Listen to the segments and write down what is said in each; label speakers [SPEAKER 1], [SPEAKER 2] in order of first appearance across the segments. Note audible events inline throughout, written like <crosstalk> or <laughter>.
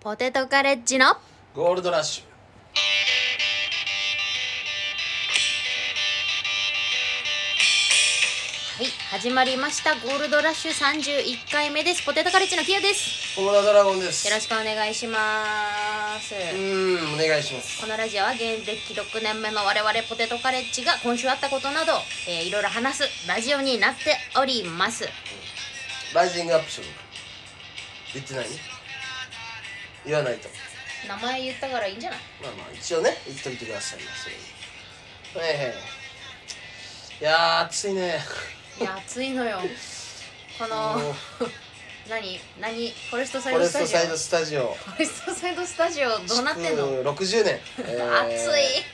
[SPEAKER 1] ポテトカレッジの
[SPEAKER 2] ゴールドラッシ
[SPEAKER 1] はい始まりましたゴールドラッシュ31回目ですポテトカレッジのキヨです
[SPEAKER 2] ュ小村ドラゴンです
[SPEAKER 1] よろしくお願いします
[SPEAKER 2] うーんお願いします
[SPEAKER 1] このラジオは現歴6年目の我々ポテトカレッジが今週あったことなど、えー、いろいろ話すラジオになっております
[SPEAKER 2] ライジングアップしよう言ってない言わないと
[SPEAKER 1] 名前言ったからいいん
[SPEAKER 2] <laughs>
[SPEAKER 1] じゃない
[SPEAKER 2] まあまあ一応ね言っといてくださいよそれにはいはいいやー暑いね
[SPEAKER 1] いや暑いのよこの
[SPEAKER 2] もう
[SPEAKER 1] 何何フォレストサ
[SPEAKER 2] フ
[SPEAKER 1] イ
[SPEAKER 2] ォ
[SPEAKER 1] ド
[SPEAKER 2] レ
[SPEAKER 1] スタ
[SPEAKER 2] スト
[SPEAKER 1] ジオ
[SPEAKER 2] サイドスタジオ
[SPEAKER 1] フォレストサイドスタジオどうなってんの、
[SPEAKER 2] 築60年、えー
[SPEAKER 1] 暑い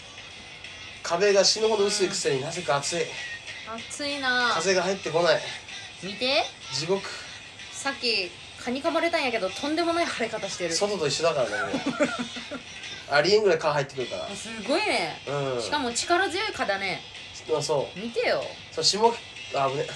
[SPEAKER 2] 壁が死ぬほど薄いくせになぜか暑い
[SPEAKER 1] 暑いな
[SPEAKER 2] 風が入ってこない
[SPEAKER 1] 見て
[SPEAKER 2] 地獄
[SPEAKER 1] さっき蚊に噛まれたんやけどとんでもない腫れ方してるす
[SPEAKER 2] 外と一緒だからね
[SPEAKER 1] <laughs>
[SPEAKER 2] もうありえんぐらい蚊入ってくるから
[SPEAKER 1] ごいね、
[SPEAKER 2] うん
[SPEAKER 1] しかも力強い蚊だね
[SPEAKER 2] そうそ
[SPEAKER 1] 見てよ
[SPEAKER 2] うそう下北あ危ね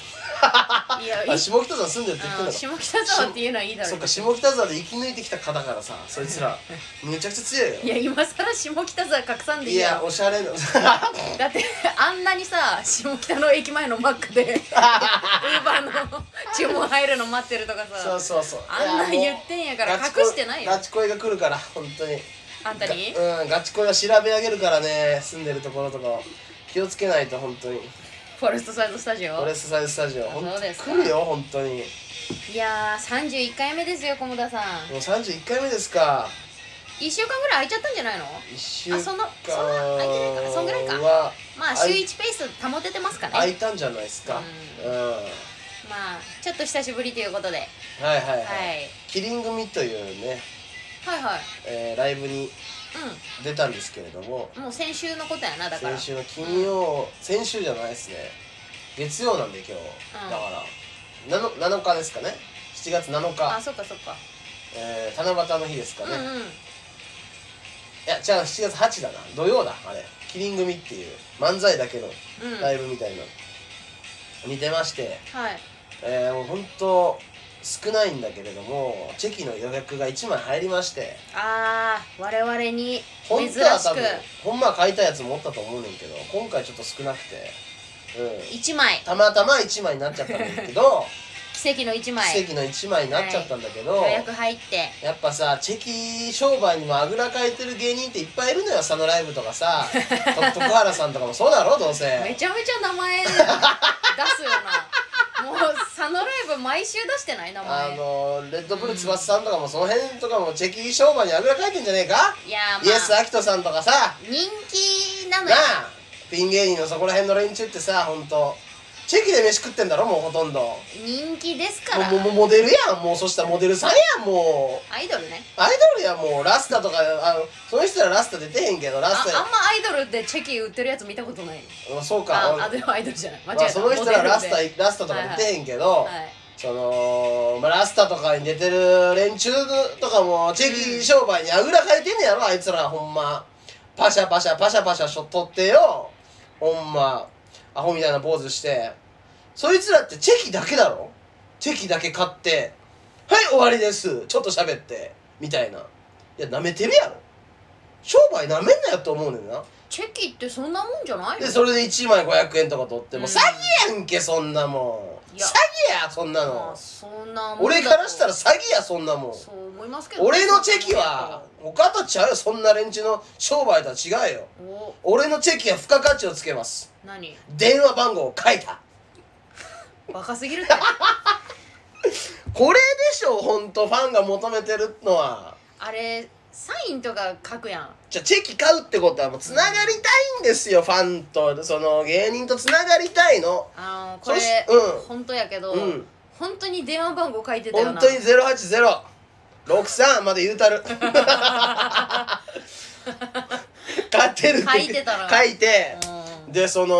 [SPEAKER 1] いやい
[SPEAKER 2] あ下北沢住んでるって言ってん
[SPEAKER 1] あ
[SPEAKER 2] だろ
[SPEAKER 1] 下北沢っていうのはいいだろ
[SPEAKER 2] そっ
[SPEAKER 1] う
[SPEAKER 2] か下北沢で生き抜いてきた蚊だからさそい
[SPEAKER 1] <laughs>
[SPEAKER 2] つらめちゃくちゃ強いよ
[SPEAKER 1] いや今更下北沢隠さんでい
[SPEAKER 2] い
[SPEAKER 1] い
[SPEAKER 2] や
[SPEAKER 1] や
[SPEAKER 2] おしゃれ
[SPEAKER 1] <laughs>
[SPEAKER 2] な
[SPEAKER 1] だってあんなにさ下北の駅前のマックで
[SPEAKER 2] <laughs>
[SPEAKER 1] ウーバーの注文入るの待ってるとか
[SPEAKER 2] そう
[SPEAKER 1] さ
[SPEAKER 2] そうそう
[SPEAKER 1] あんな言ってんやから隠してないよ
[SPEAKER 2] ガチ恋ガチ恋が来るから本当に
[SPEAKER 1] あんたに
[SPEAKER 2] がうんガチ恋は調べ上げるからね住んでるところとかを気をつけないと本当に
[SPEAKER 1] フォレストサイドスタジオ
[SPEAKER 2] 俺スサイズスタジオほん
[SPEAKER 1] そうですか
[SPEAKER 2] 来るよ本当に
[SPEAKER 1] いやー31回目ですよ菰田さん
[SPEAKER 2] もう31回目ですか
[SPEAKER 1] 1週間ぐらい空いちゃったんじゃないの
[SPEAKER 2] 1週間
[SPEAKER 1] あそんなそんな空いてないかそんぐらいか
[SPEAKER 2] は
[SPEAKER 1] まあ週1ペース保ててますかね
[SPEAKER 2] 空いたんじゃないですか
[SPEAKER 1] う
[SPEAKER 2] うん
[SPEAKER 1] まあちょっと久しぶりということで、
[SPEAKER 2] はいはいは
[SPEAKER 1] はい
[SPEAKER 2] い、、キリン組というね、
[SPEAKER 1] はいはい
[SPEAKER 2] えーライブに出たんですけれども
[SPEAKER 1] うんもう先週のことやなだから
[SPEAKER 2] 先週の金曜先週じゃないですね月曜なんで今日、
[SPEAKER 1] うん
[SPEAKER 2] だからなの 7, 日ですかね7月7
[SPEAKER 1] あ
[SPEAKER 2] 日、
[SPEAKER 1] そっかそっか、
[SPEAKER 2] えー七夕の日ですか
[SPEAKER 1] うん
[SPEAKER 2] ね、
[SPEAKER 1] う
[SPEAKER 2] い
[SPEAKER 1] ん
[SPEAKER 2] やじゃあ7月8だな土曜だあれキリン組っていう漫才だけの
[SPEAKER 1] うん
[SPEAKER 2] ライブみたいな、に出まして、
[SPEAKER 1] はい
[SPEAKER 2] えーもうほんと少ないんだけれどもチェキの予約が1枚入りまして
[SPEAKER 1] あー我々に
[SPEAKER 2] 本
[SPEAKER 1] 珍しく
[SPEAKER 2] 当は多分ほんまは買いたいやつもおったと思うねんけど今回ちょっと少なくて、うん、
[SPEAKER 1] 1枚
[SPEAKER 2] たまたま1枚になっちゃったんだけど
[SPEAKER 1] 奇跡の1枚
[SPEAKER 2] 奇跡の1枚になっちゃったんだけど、
[SPEAKER 1] 予約入って
[SPEAKER 2] やっぱさチェキ商売にもあぐらかいてる芸人っていっぱいいるのよ佐野ライブとかさ
[SPEAKER 1] <laughs>
[SPEAKER 2] と徳原さんとかもそうだろどうせ
[SPEAKER 1] めちゃめちゃ名前出すよ
[SPEAKER 2] <laughs>
[SPEAKER 1] なもう佐野ライブ毎週出してない名
[SPEAKER 2] あ
[SPEAKER 1] 前
[SPEAKER 2] のレッドブル翼さんとかもその辺とかもチェキ商売にあぐらかいてんじゃねえか、
[SPEAKER 1] いやーまあ
[SPEAKER 2] イエス・アキトさんとかさ
[SPEAKER 1] 人気なの
[SPEAKER 2] な
[SPEAKER 1] よ
[SPEAKER 2] あピン芸人のそこら辺の連中ってさほんとチェキで飯食ってんだろもうほとんども
[SPEAKER 1] 人気ですから
[SPEAKER 2] うもうモデルやんもうそしたらモデルさんやんもう
[SPEAKER 1] アイドルね
[SPEAKER 2] アイドルやんもうラスタとかあのその人らラスタ出てへんけどラ
[SPEAKER 1] あ
[SPEAKER 2] スタ
[SPEAKER 1] あんまアイドルでチェキ売ってるやつ見たことない
[SPEAKER 2] うんそうか
[SPEAKER 1] ああでもアイドルじゃない間違え
[SPEAKER 2] ま
[SPEAKER 1] た、
[SPEAKER 2] あ、その人らラス
[SPEAKER 1] モ
[SPEAKER 2] タ
[SPEAKER 1] デル
[SPEAKER 2] ラスタとか出てへんけど、
[SPEAKER 1] ではい
[SPEAKER 2] その、まあ、ラスタとかに出てる連中とかもチェキ商売にあぐらかいてんねやろあいつらほんまパシャパシャパシャパシャしょとってよほんまアホみたいなポーズしてそいつらってチェキだけだろチェキだけ買って「はい終わりですちょっと喋って」みたいないやなめてるやろ商売なめんなよと思うねんな
[SPEAKER 1] チェキってそんなもんじゃない
[SPEAKER 2] で
[SPEAKER 1] の
[SPEAKER 2] それで1枚500円とか取っても、
[SPEAKER 1] うん
[SPEAKER 2] 詐欺やんけそんなもん
[SPEAKER 1] い
[SPEAKER 2] 詐
[SPEAKER 1] や
[SPEAKER 2] 欺やそんな
[SPEAKER 1] ま
[SPEAKER 2] の
[SPEAKER 1] あ、そんなもんだと
[SPEAKER 2] 俺からしたら詐欺やそんなもん
[SPEAKER 1] そう思いますけどね
[SPEAKER 2] 俺のチェキは他とちゃうよそんな連中の商売とは違うよ
[SPEAKER 1] お
[SPEAKER 2] 俺のチェキは付加価値をつけます
[SPEAKER 1] 何
[SPEAKER 2] 電話番号を書いた
[SPEAKER 1] バカすぎるって <laughs>
[SPEAKER 2] これでしょほんとファンが求めてるのは
[SPEAKER 1] あれサインとか書くやん
[SPEAKER 2] じゃあチェキ買うってことはもうつながりたいんですよファンとその芸人とつながりたいの
[SPEAKER 1] あのこれ
[SPEAKER 2] そしうん
[SPEAKER 1] 本当やけど、
[SPEAKER 2] うん
[SPEAKER 1] 本当に電話番号書いてたよ
[SPEAKER 2] 本
[SPEAKER 1] な
[SPEAKER 2] 当にゼロ八ゼロ六三まで言
[SPEAKER 1] <laughs>
[SPEAKER 2] うたる。 <laughs> 買ってる
[SPEAKER 1] 書いてたな
[SPEAKER 2] 書いて、
[SPEAKER 1] うん
[SPEAKER 2] でその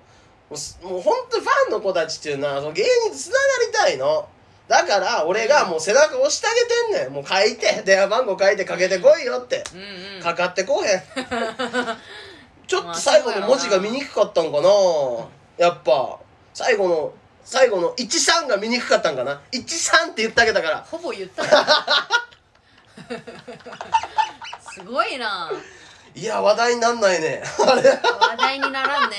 [SPEAKER 2] <laughs> もうすもう本当ファンの子たちっていうのはその芸人とつながりたいの。だから俺がもう背中押してあげてんねん。もう書いて電話番号書いてかけてこいよって。
[SPEAKER 1] うんうん
[SPEAKER 2] かかってこうへん。
[SPEAKER 1] <laughs>
[SPEAKER 2] ちょっと最後の文字が見にくかったんかな。やっぱ最後の最後の13が見にくかったんかな。13って言ってあげたから。 <laughs>
[SPEAKER 1] ほぼ言ったよ <laughs> すごいない
[SPEAKER 2] や話題になんないねあれ
[SPEAKER 1] 話題にならんね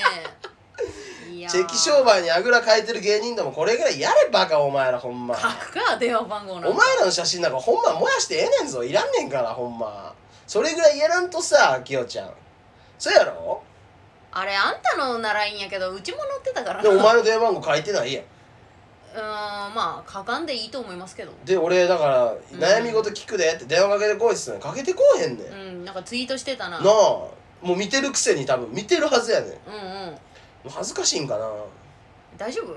[SPEAKER 1] いやー
[SPEAKER 2] <laughs> チェキ商売にあぐらかいてる芸人でもこれぐらいやれバカお前らほんま
[SPEAKER 1] 書くか電話番号なんか
[SPEAKER 2] お前らの写真なんかほんま燃やしてええねんぞいらんねんからほんまそれぐらいやらんとさきよちゃんそうやろ
[SPEAKER 1] あれあんたのならいいんやけどうちも載ってたから
[SPEAKER 2] で
[SPEAKER 1] な
[SPEAKER 2] お前の電話番号書いてないやん
[SPEAKER 1] うーんまあ書かんでいいと思いますけど
[SPEAKER 2] で俺だから
[SPEAKER 1] うん
[SPEAKER 2] 悩み事聞くでって電話かけてこいっすねかけてこうへんねん、
[SPEAKER 1] う
[SPEAKER 2] なん
[SPEAKER 1] なんかツイートしてたな
[SPEAKER 2] あもう見てるくせに多分見てるはずやねんも
[SPEAKER 1] うんうん
[SPEAKER 2] う恥ずかしいんかな
[SPEAKER 1] 大丈夫
[SPEAKER 2] ん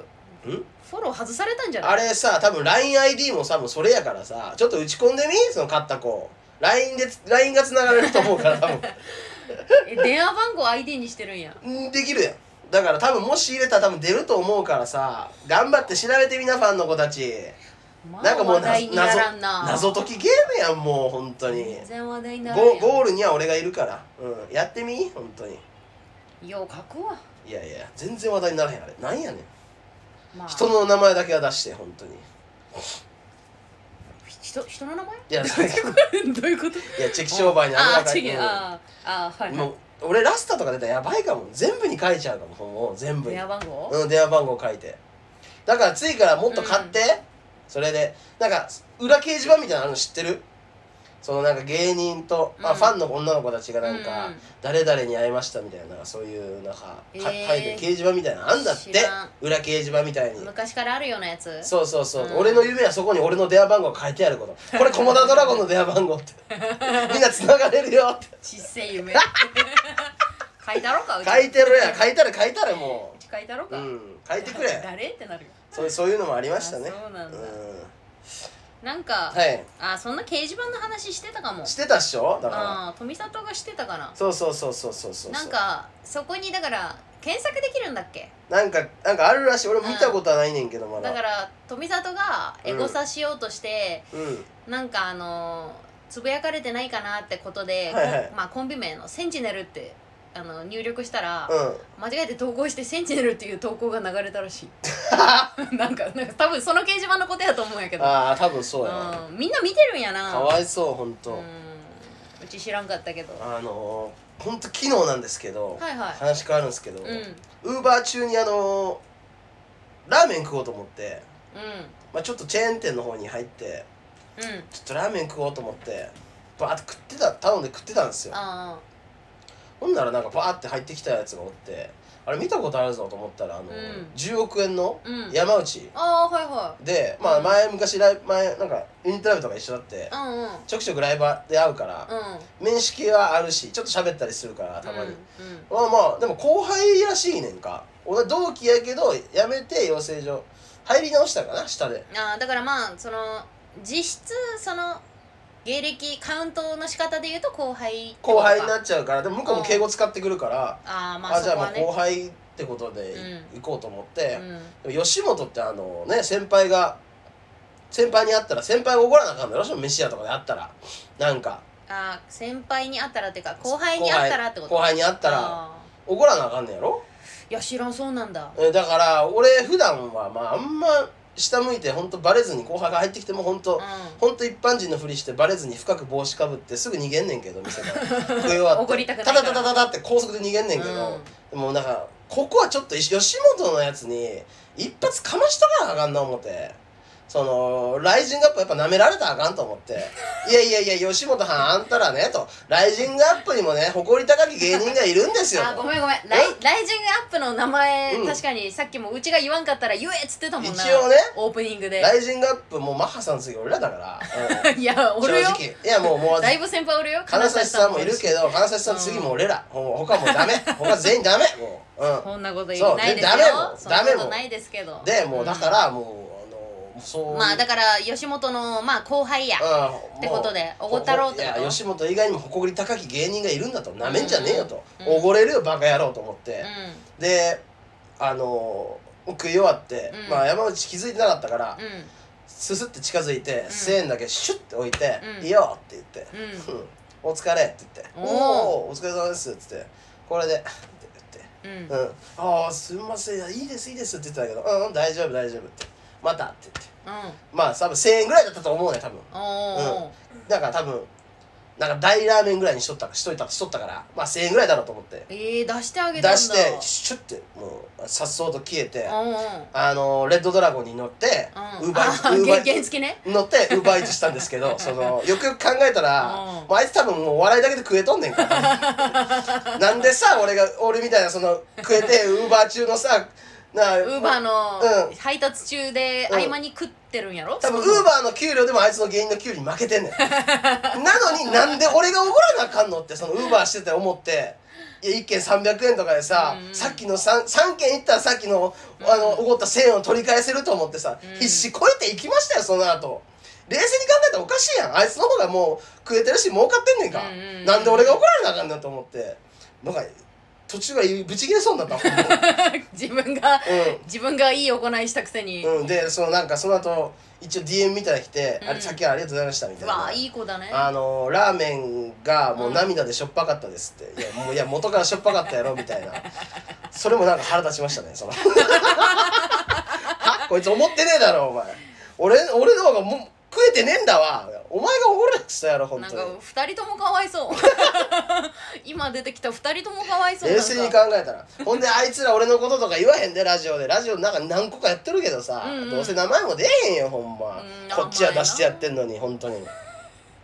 [SPEAKER 1] フォロー外されたんじゃない
[SPEAKER 2] あれさ多分 LINEID も多分それやからさちょっと打ち込んでみその勝った子 LINE で LINE が繋がれると思うから多分
[SPEAKER 1] え電話番号 ID にしてるんや
[SPEAKER 2] うんできるやんだから多分もし入れたら多分出ると思うからさ頑張って調べてみなファンの子たち
[SPEAKER 1] まあ
[SPEAKER 2] なんかもう
[SPEAKER 1] 話
[SPEAKER 2] な
[SPEAKER 1] 題にならんな
[SPEAKER 2] 謎解きゲームやんもう本当に
[SPEAKER 1] 全然話題にならん
[SPEAKER 2] ゴ
[SPEAKER 1] や
[SPEAKER 2] ゴールには俺がいるから、うん、やってみ本当に
[SPEAKER 1] んよう書くわ
[SPEAKER 2] いやいや全然話題にならへんあれなんやねん
[SPEAKER 1] まあ
[SPEAKER 2] 人の名前だけは出して本当に
[SPEAKER 1] 人人の名前 <laughs>
[SPEAKER 2] いやそれい
[SPEAKER 1] どういうこと
[SPEAKER 2] やチェキ商売にあ
[SPEAKER 1] あ
[SPEAKER 2] るか
[SPEAKER 1] ー違う
[SPEAKER 2] ら
[SPEAKER 1] あーあーはい
[SPEAKER 2] もう俺ラスタとか出たらやばいかも全部に書いちゃうかももう全部に
[SPEAKER 1] 電話番号
[SPEAKER 2] うん、電話番号書いてだから次からもっと買って、それでなんか裏掲示板みたいなのあるの知ってるそのなんか芸人と、まあ、
[SPEAKER 1] うん
[SPEAKER 2] ファンの女の子たちがなんか、
[SPEAKER 1] うん
[SPEAKER 2] 誰々に会いましたみたいなそういうなんかか
[SPEAKER 1] え
[SPEAKER 2] 書
[SPEAKER 1] ー
[SPEAKER 2] いてる掲示板みたいなのあんだって
[SPEAKER 1] 知らん
[SPEAKER 2] 裏掲示板みたいに
[SPEAKER 1] 昔からあるようなやつ
[SPEAKER 2] そうそうそう、
[SPEAKER 1] うん
[SPEAKER 2] 俺の夢はそこに俺の電話番号が書いてあ
[SPEAKER 1] <laughs>
[SPEAKER 2] ることこれ駒田ドラゴンの電話番号ってみんな繋がれるよ
[SPEAKER 1] <laughs>
[SPEAKER 2] って
[SPEAKER 1] ちっせい
[SPEAKER 2] <laughs>
[SPEAKER 1] 夢書いたろかうち
[SPEAKER 2] 書いてるやん書いたら書いたらも
[SPEAKER 1] うち書いたろ
[SPEAKER 2] うう
[SPEAKER 1] か、
[SPEAKER 2] ん書いてくれ
[SPEAKER 1] 誰ってなるよ
[SPEAKER 2] そうそういうのもありましたね
[SPEAKER 1] あそうなんだ
[SPEAKER 2] うん
[SPEAKER 1] なんか、
[SPEAKER 2] はい
[SPEAKER 1] あそんな掲示板の話してたかも
[SPEAKER 2] してたっしょだから
[SPEAKER 1] あー富里がしてたかな
[SPEAKER 2] そうそうそうそうそうそう
[SPEAKER 1] なんかそこにだから検索できるんだっけ
[SPEAKER 2] なんかなんかあるらしい俺見たことはないねんけどまだ
[SPEAKER 1] だから富里がエゴサしようとして、
[SPEAKER 2] うん
[SPEAKER 1] なんかあのーつぶやかれてないかなってことで、
[SPEAKER 2] はいはい
[SPEAKER 1] こんまあ、コンビ名の「センチネル」ってあの入力したら、
[SPEAKER 2] うん
[SPEAKER 1] 間違えて投稿して「センチネル」っていう投稿が流れたら
[SPEAKER 2] <laughs>
[SPEAKER 1] しいなんかなんか多分その掲示板のことやと思うんやけど、
[SPEAKER 2] ああ多分そうやな
[SPEAKER 1] うん、みんな見てるんやな
[SPEAKER 2] かわいそうほん
[SPEAKER 1] う
[SPEAKER 2] と
[SPEAKER 1] んうち知らんかったけどは
[SPEAKER 2] あのーほんと昨日なんですけど
[SPEAKER 1] いはい
[SPEAKER 2] 話変わるんですけ
[SPEAKER 1] う
[SPEAKER 2] ど
[SPEAKER 1] ん
[SPEAKER 2] ウーバー中にあのーラーメン食おうと思って
[SPEAKER 1] う
[SPEAKER 2] まあちょっとチェーン店の方に入って
[SPEAKER 1] んうん
[SPEAKER 2] ちょっとラーメン食おうと思ってバーって食ってた頼んで食ってたんですよ
[SPEAKER 1] あ
[SPEAKER 2] ほんならなんかバーって入ってきたやつがおってあれ見たことあるぞと思ったらあのー、
[SPEAKER 1] うん
[SPEAKER 2] 10億円の
[SPEAKER 1] あうん
[SPEAKER 2] 山内
[SPEAKER 1] ああはいは
[SPEAKER 2] でまあ
[SPEAKER 1] うん
[SPEAKER 2] 前昔ライブ前なんかユニットライブとか一緒だって
[SPEAKER 1] いうんうんうん
[SPEAKER 2] ちょくちょくライブで会うから面識はあるしちょっと喋ったりするからたま
[SPEAKER 1] うん
[SPEAKER 2] に、
[SPEAKER 1] うん
[SPEAKER 2] まあまあでも後輩らしいねんか俺同期やけどやめて養成所入り直したかな下で
[SPEAKER 1] あーだからまあその実質その芸歴カウントの仕方で言うと後輩
[SPEAKER 2] 後輩になっちゃうからでも向こうも敬語使ってくるから、
[SPEAKER 1] ああま
[SPEAKER 2] あ
[SPEAKER 1] あそ
[SPEAKER 2] じゃあ
[SPEAKER 1] こ
[SPEAKER 2] ま
[SPEAKER 1] は
[SPEAKER 2] あ
[SPEAKER 1] ね
[SPEAKER 2] 後輩ってことでい行こうと思って
[SPEAKER 1] う、ん
[SPEAKER 2] でも吉本ってあのね先輩が先輩に会ったら先輩が怒らなあかんのよろしい飯屋とかで会ったらなんか
[SPEAKER 1] あー先輩に会ったらっていうか後輩に会ったらってこと
[SPEAKER 2] 後輩に会ったら
[SPEAKER 1] あ
[SPEAKER 2] 怒らなあかんねやろ
[SPEAKER 1] ーいや知らんそうなんだ
[SPEAKER 2] えーだから俺普段はまああんま下向いて本当バレずに後輩が入ってきても本当
[SPEAKER 1] う
[SPEAKER 2] 本当一般人のふりしてバレずに深く帽子かぶってすぐ逃げんねんけど
[SPEAKER 1] <laughs>
[SPEAKER 2] 店から食い終わっ
[SPEAKER 1] 怒
[SPEAKER 2] て
[SPEAKER 1] りたくないか
[SPEAKER 2] タ
[SPEAKER 1] ら
[SPEAKER 2] タタタタタって高速で逃げんねんけど、でもなんかここはちょっと吉本のやつに一発かましとかなあかんな思ってそのライジングアップやっぱ舐められたらあかんと思って「いやいやいや吉本はんあんたらね」と「ライジングアップにもね誇り高き芸人がいるんですよ」
[SPEAKER 1] あー
[SPEAKER 2] と
[SPEAKER 1] ごめんごめんライ
[SPEAKER 2] う
[SPEAKER 1] ライジングアップの名前、
[SPEAKER 2] うん
[SPEAKER 1] 確かにさっきもうちが言わんかったら言えっつってたもんな
[SPEAKER 2] 一応ね
[SPEAKER 1] オープニングで
[SPEAKER 2] ライジングアップもうマッハさんの次俺ら
[SPEAKER 1] <laughs>
[SPEAKER 2] だから、うん
[SPEAKER 1] いやおるよ
[SPEAKER 2] 正直いやもうもう
[SPEAKER 1] だいぶ先輩おるよ
[SPEAKER 2] 金指さんもいるけど金指さん
[SPEAKER 1] うん
[SPEAKER 2] 次も俺ら、もう他もうダメ他全員ダメもう、う
[SPEAKER 1] こんなこと言
[SPEAKER 2] そう
[SPEAKER 1] うないですよ
[SPEAKER 2] ダメも
[SPEAKER 1] そんな
[SPEAKER 2] ダメ
[SPEAKER 1] こ
[SPEAKER 2] も
[SPEAKER 1] とないですけど
[SPEAKER 2] ん、でもうだか、らもう、あのそううん
[SPEAKER 1] まあだから吉本のまあ後輩や
[SPEAKER 2] ら、うん、
[SPEAKER 1] ってことでおごったろうってこと
[SPEAKER 2] いや吉本以外にも誇り高き芸人がいるんだとなめんじゃねえよと
[SPEAKER 1] うん
[SPEAKER 2] おご、れるよバカ野郎と思っ
[SPEAKER 1] う
[SPEAKER 2] て
[SPEAKER 1] ん、
[SPEAKER 2] であの食い終わって、
[SPEAKER 1] うん
[SPEAKER 2] まあ山内気づいてなかったから、
[SPEAKER 1] う
[SPEAKER 2] すすって近づいて、
[SPEAKER 1] ん
[SPEAKER 2] 1000円だけシュッて置いて「
[SPEAKER 1] うん
[SPEAKER 2] いいよ」って言って、
[SPEAKER 1] んうん
[SPEAKER 2] うん「お疲れ」って言って「
[SPEAKER 1] お
[SPEAKER 2] お
[SPEAKER 1] ー
[SPEAKER 2] おーお疲れ様です」って言って「これで」って
[SPEAKER 1] うん
[SPEAKER 2] 言って「うん、ああすみませんいやいいですいいです」って言ってたけど「うん、うん、大丈夫大丈夫」って「また」って言って
[SPEAKER 1] うん
[SPEAKER 2] まあ多分1000円ぐらいだったと思うね多分
[SPEAKER 1] おー
[SPEAKER 2] でなんか多分なんか大ラーメンぐらいにしとったしといたしとったからまあ1000円ぐらいだろうと思って
[SPEAKER 1] えー、出してあげ
[SPEAKER 2] 出
[SPEAKER 1] たんだ
[SPEAKER 2] してシュッてもうさっそうと消えて
[SPEAKER 1] うんうんうん
[SPEAKER 2] あのレッドドラゴンに乗ってウーバ
[SPEAKER 1] あ
[SPEAKER 2] ーイウーバ
[SPEAKER 1] 原
[SPEAKER 2] ーイ
[SPEAKER 1] 原付ね
[SPEAKER 2] 乗ってウーバーイーツしたんです
[SPEAKER 1] <laughs>
[SPEAKER 2] けどそのよくよく考えた
[SPEAKER 1] うん
[SPEAKER 2] ら、もうあいつ多分もう笑いだけで食えとんねんから
[SPEAKER 1] <laughs>
[SPEAKER 2] なんでさ俺が俺みたいなその食えてウーバー中のさな
[SPEAKER 1] ウーバー
[SPEAKER 2] うん
[SPEAKER 1] の配達中で
[SPEAKER 2] うん
[SPEAKER 1] 合間に食ってるんやろ
[SPEAKER 2] 多分
[SPEAKER 1] その
[SPEAKER 2] ウーバーの給料でもあいつの芸人の給料に負けてんね
[SPEAKER 1] <laughs>
[SPEAKER 2] んなのになんで俺がおごらなあかんのってそのウーバーしてて思っていや1件300円とかでさ、
[SPEAKER 1] うん
[SPEAKER 2] さっきの 3, 3件行ったらさっきのあのおごった1000円を取り返せると思ってさ、
[SPEAKER 1] うん
[SPEAKER 2] 必死こえていきましたよその後冷静に考えたらおかしいやんあいつの方がもう食えてるし儲かってんねんか、
[SPEAKER 1] うんうんうん
[SPEAKER 2] なんで俺が怒らなあかんねんと思ってなんか途中はブチ切れそうになったほんまに
[SPEAKER 1] <laughs> 自分が
[SPEAKER 2] うん
[SPEAKER 1] 自分がいい行いしたくせに、
[SPEAKER 2] うん、でそのなんかその後一応 DM みたいに来て「
[SPEAKER 1] うん
[SPEAKER 2] あれさっきはありがとうございました」みた
[SPEAKER 1] う
[SPEAKER 2] いな
[SPEAKER 1] わあいい子だね
[SPEAKER 2] あのラーメンがもう涙でしょっぱかったです」って「いやもういや元からしょっぱかったやろ」みたいなそれもなんか腹立ちましたねその <laughs> はこいつ思ってねえだろお前俺俺の方がもう食えてねえんだわお前が怒るやつだやろ本
[SPEAKER 1] なん
[SPEAKER 2] 当
[SPEAKER 1] か
[SPEAKER 2] に
[SPEAKER 1] 2人ともかわいそう
[SPEAKER 2] <laughs>
[SPEAKER 1] 今出てきた2人ともかわいそう
[SPEAKER 2] 冷静に
[SPEAKER 1] なん
[SPEAKER 2] 考
[SPEAKER 1] か
[SPEAKER 2] えたらほんであいつら俺のこととか言わへんでラジオでラジオなんか何個かやってるけどさ、
[SPEAKER 1] うんうん
[SPEAKER 2] どうせ名前も出えへんよほんま、
[SPEAKER 1] うん
[SPEAKER 2] こっちは出してやってんのに本当に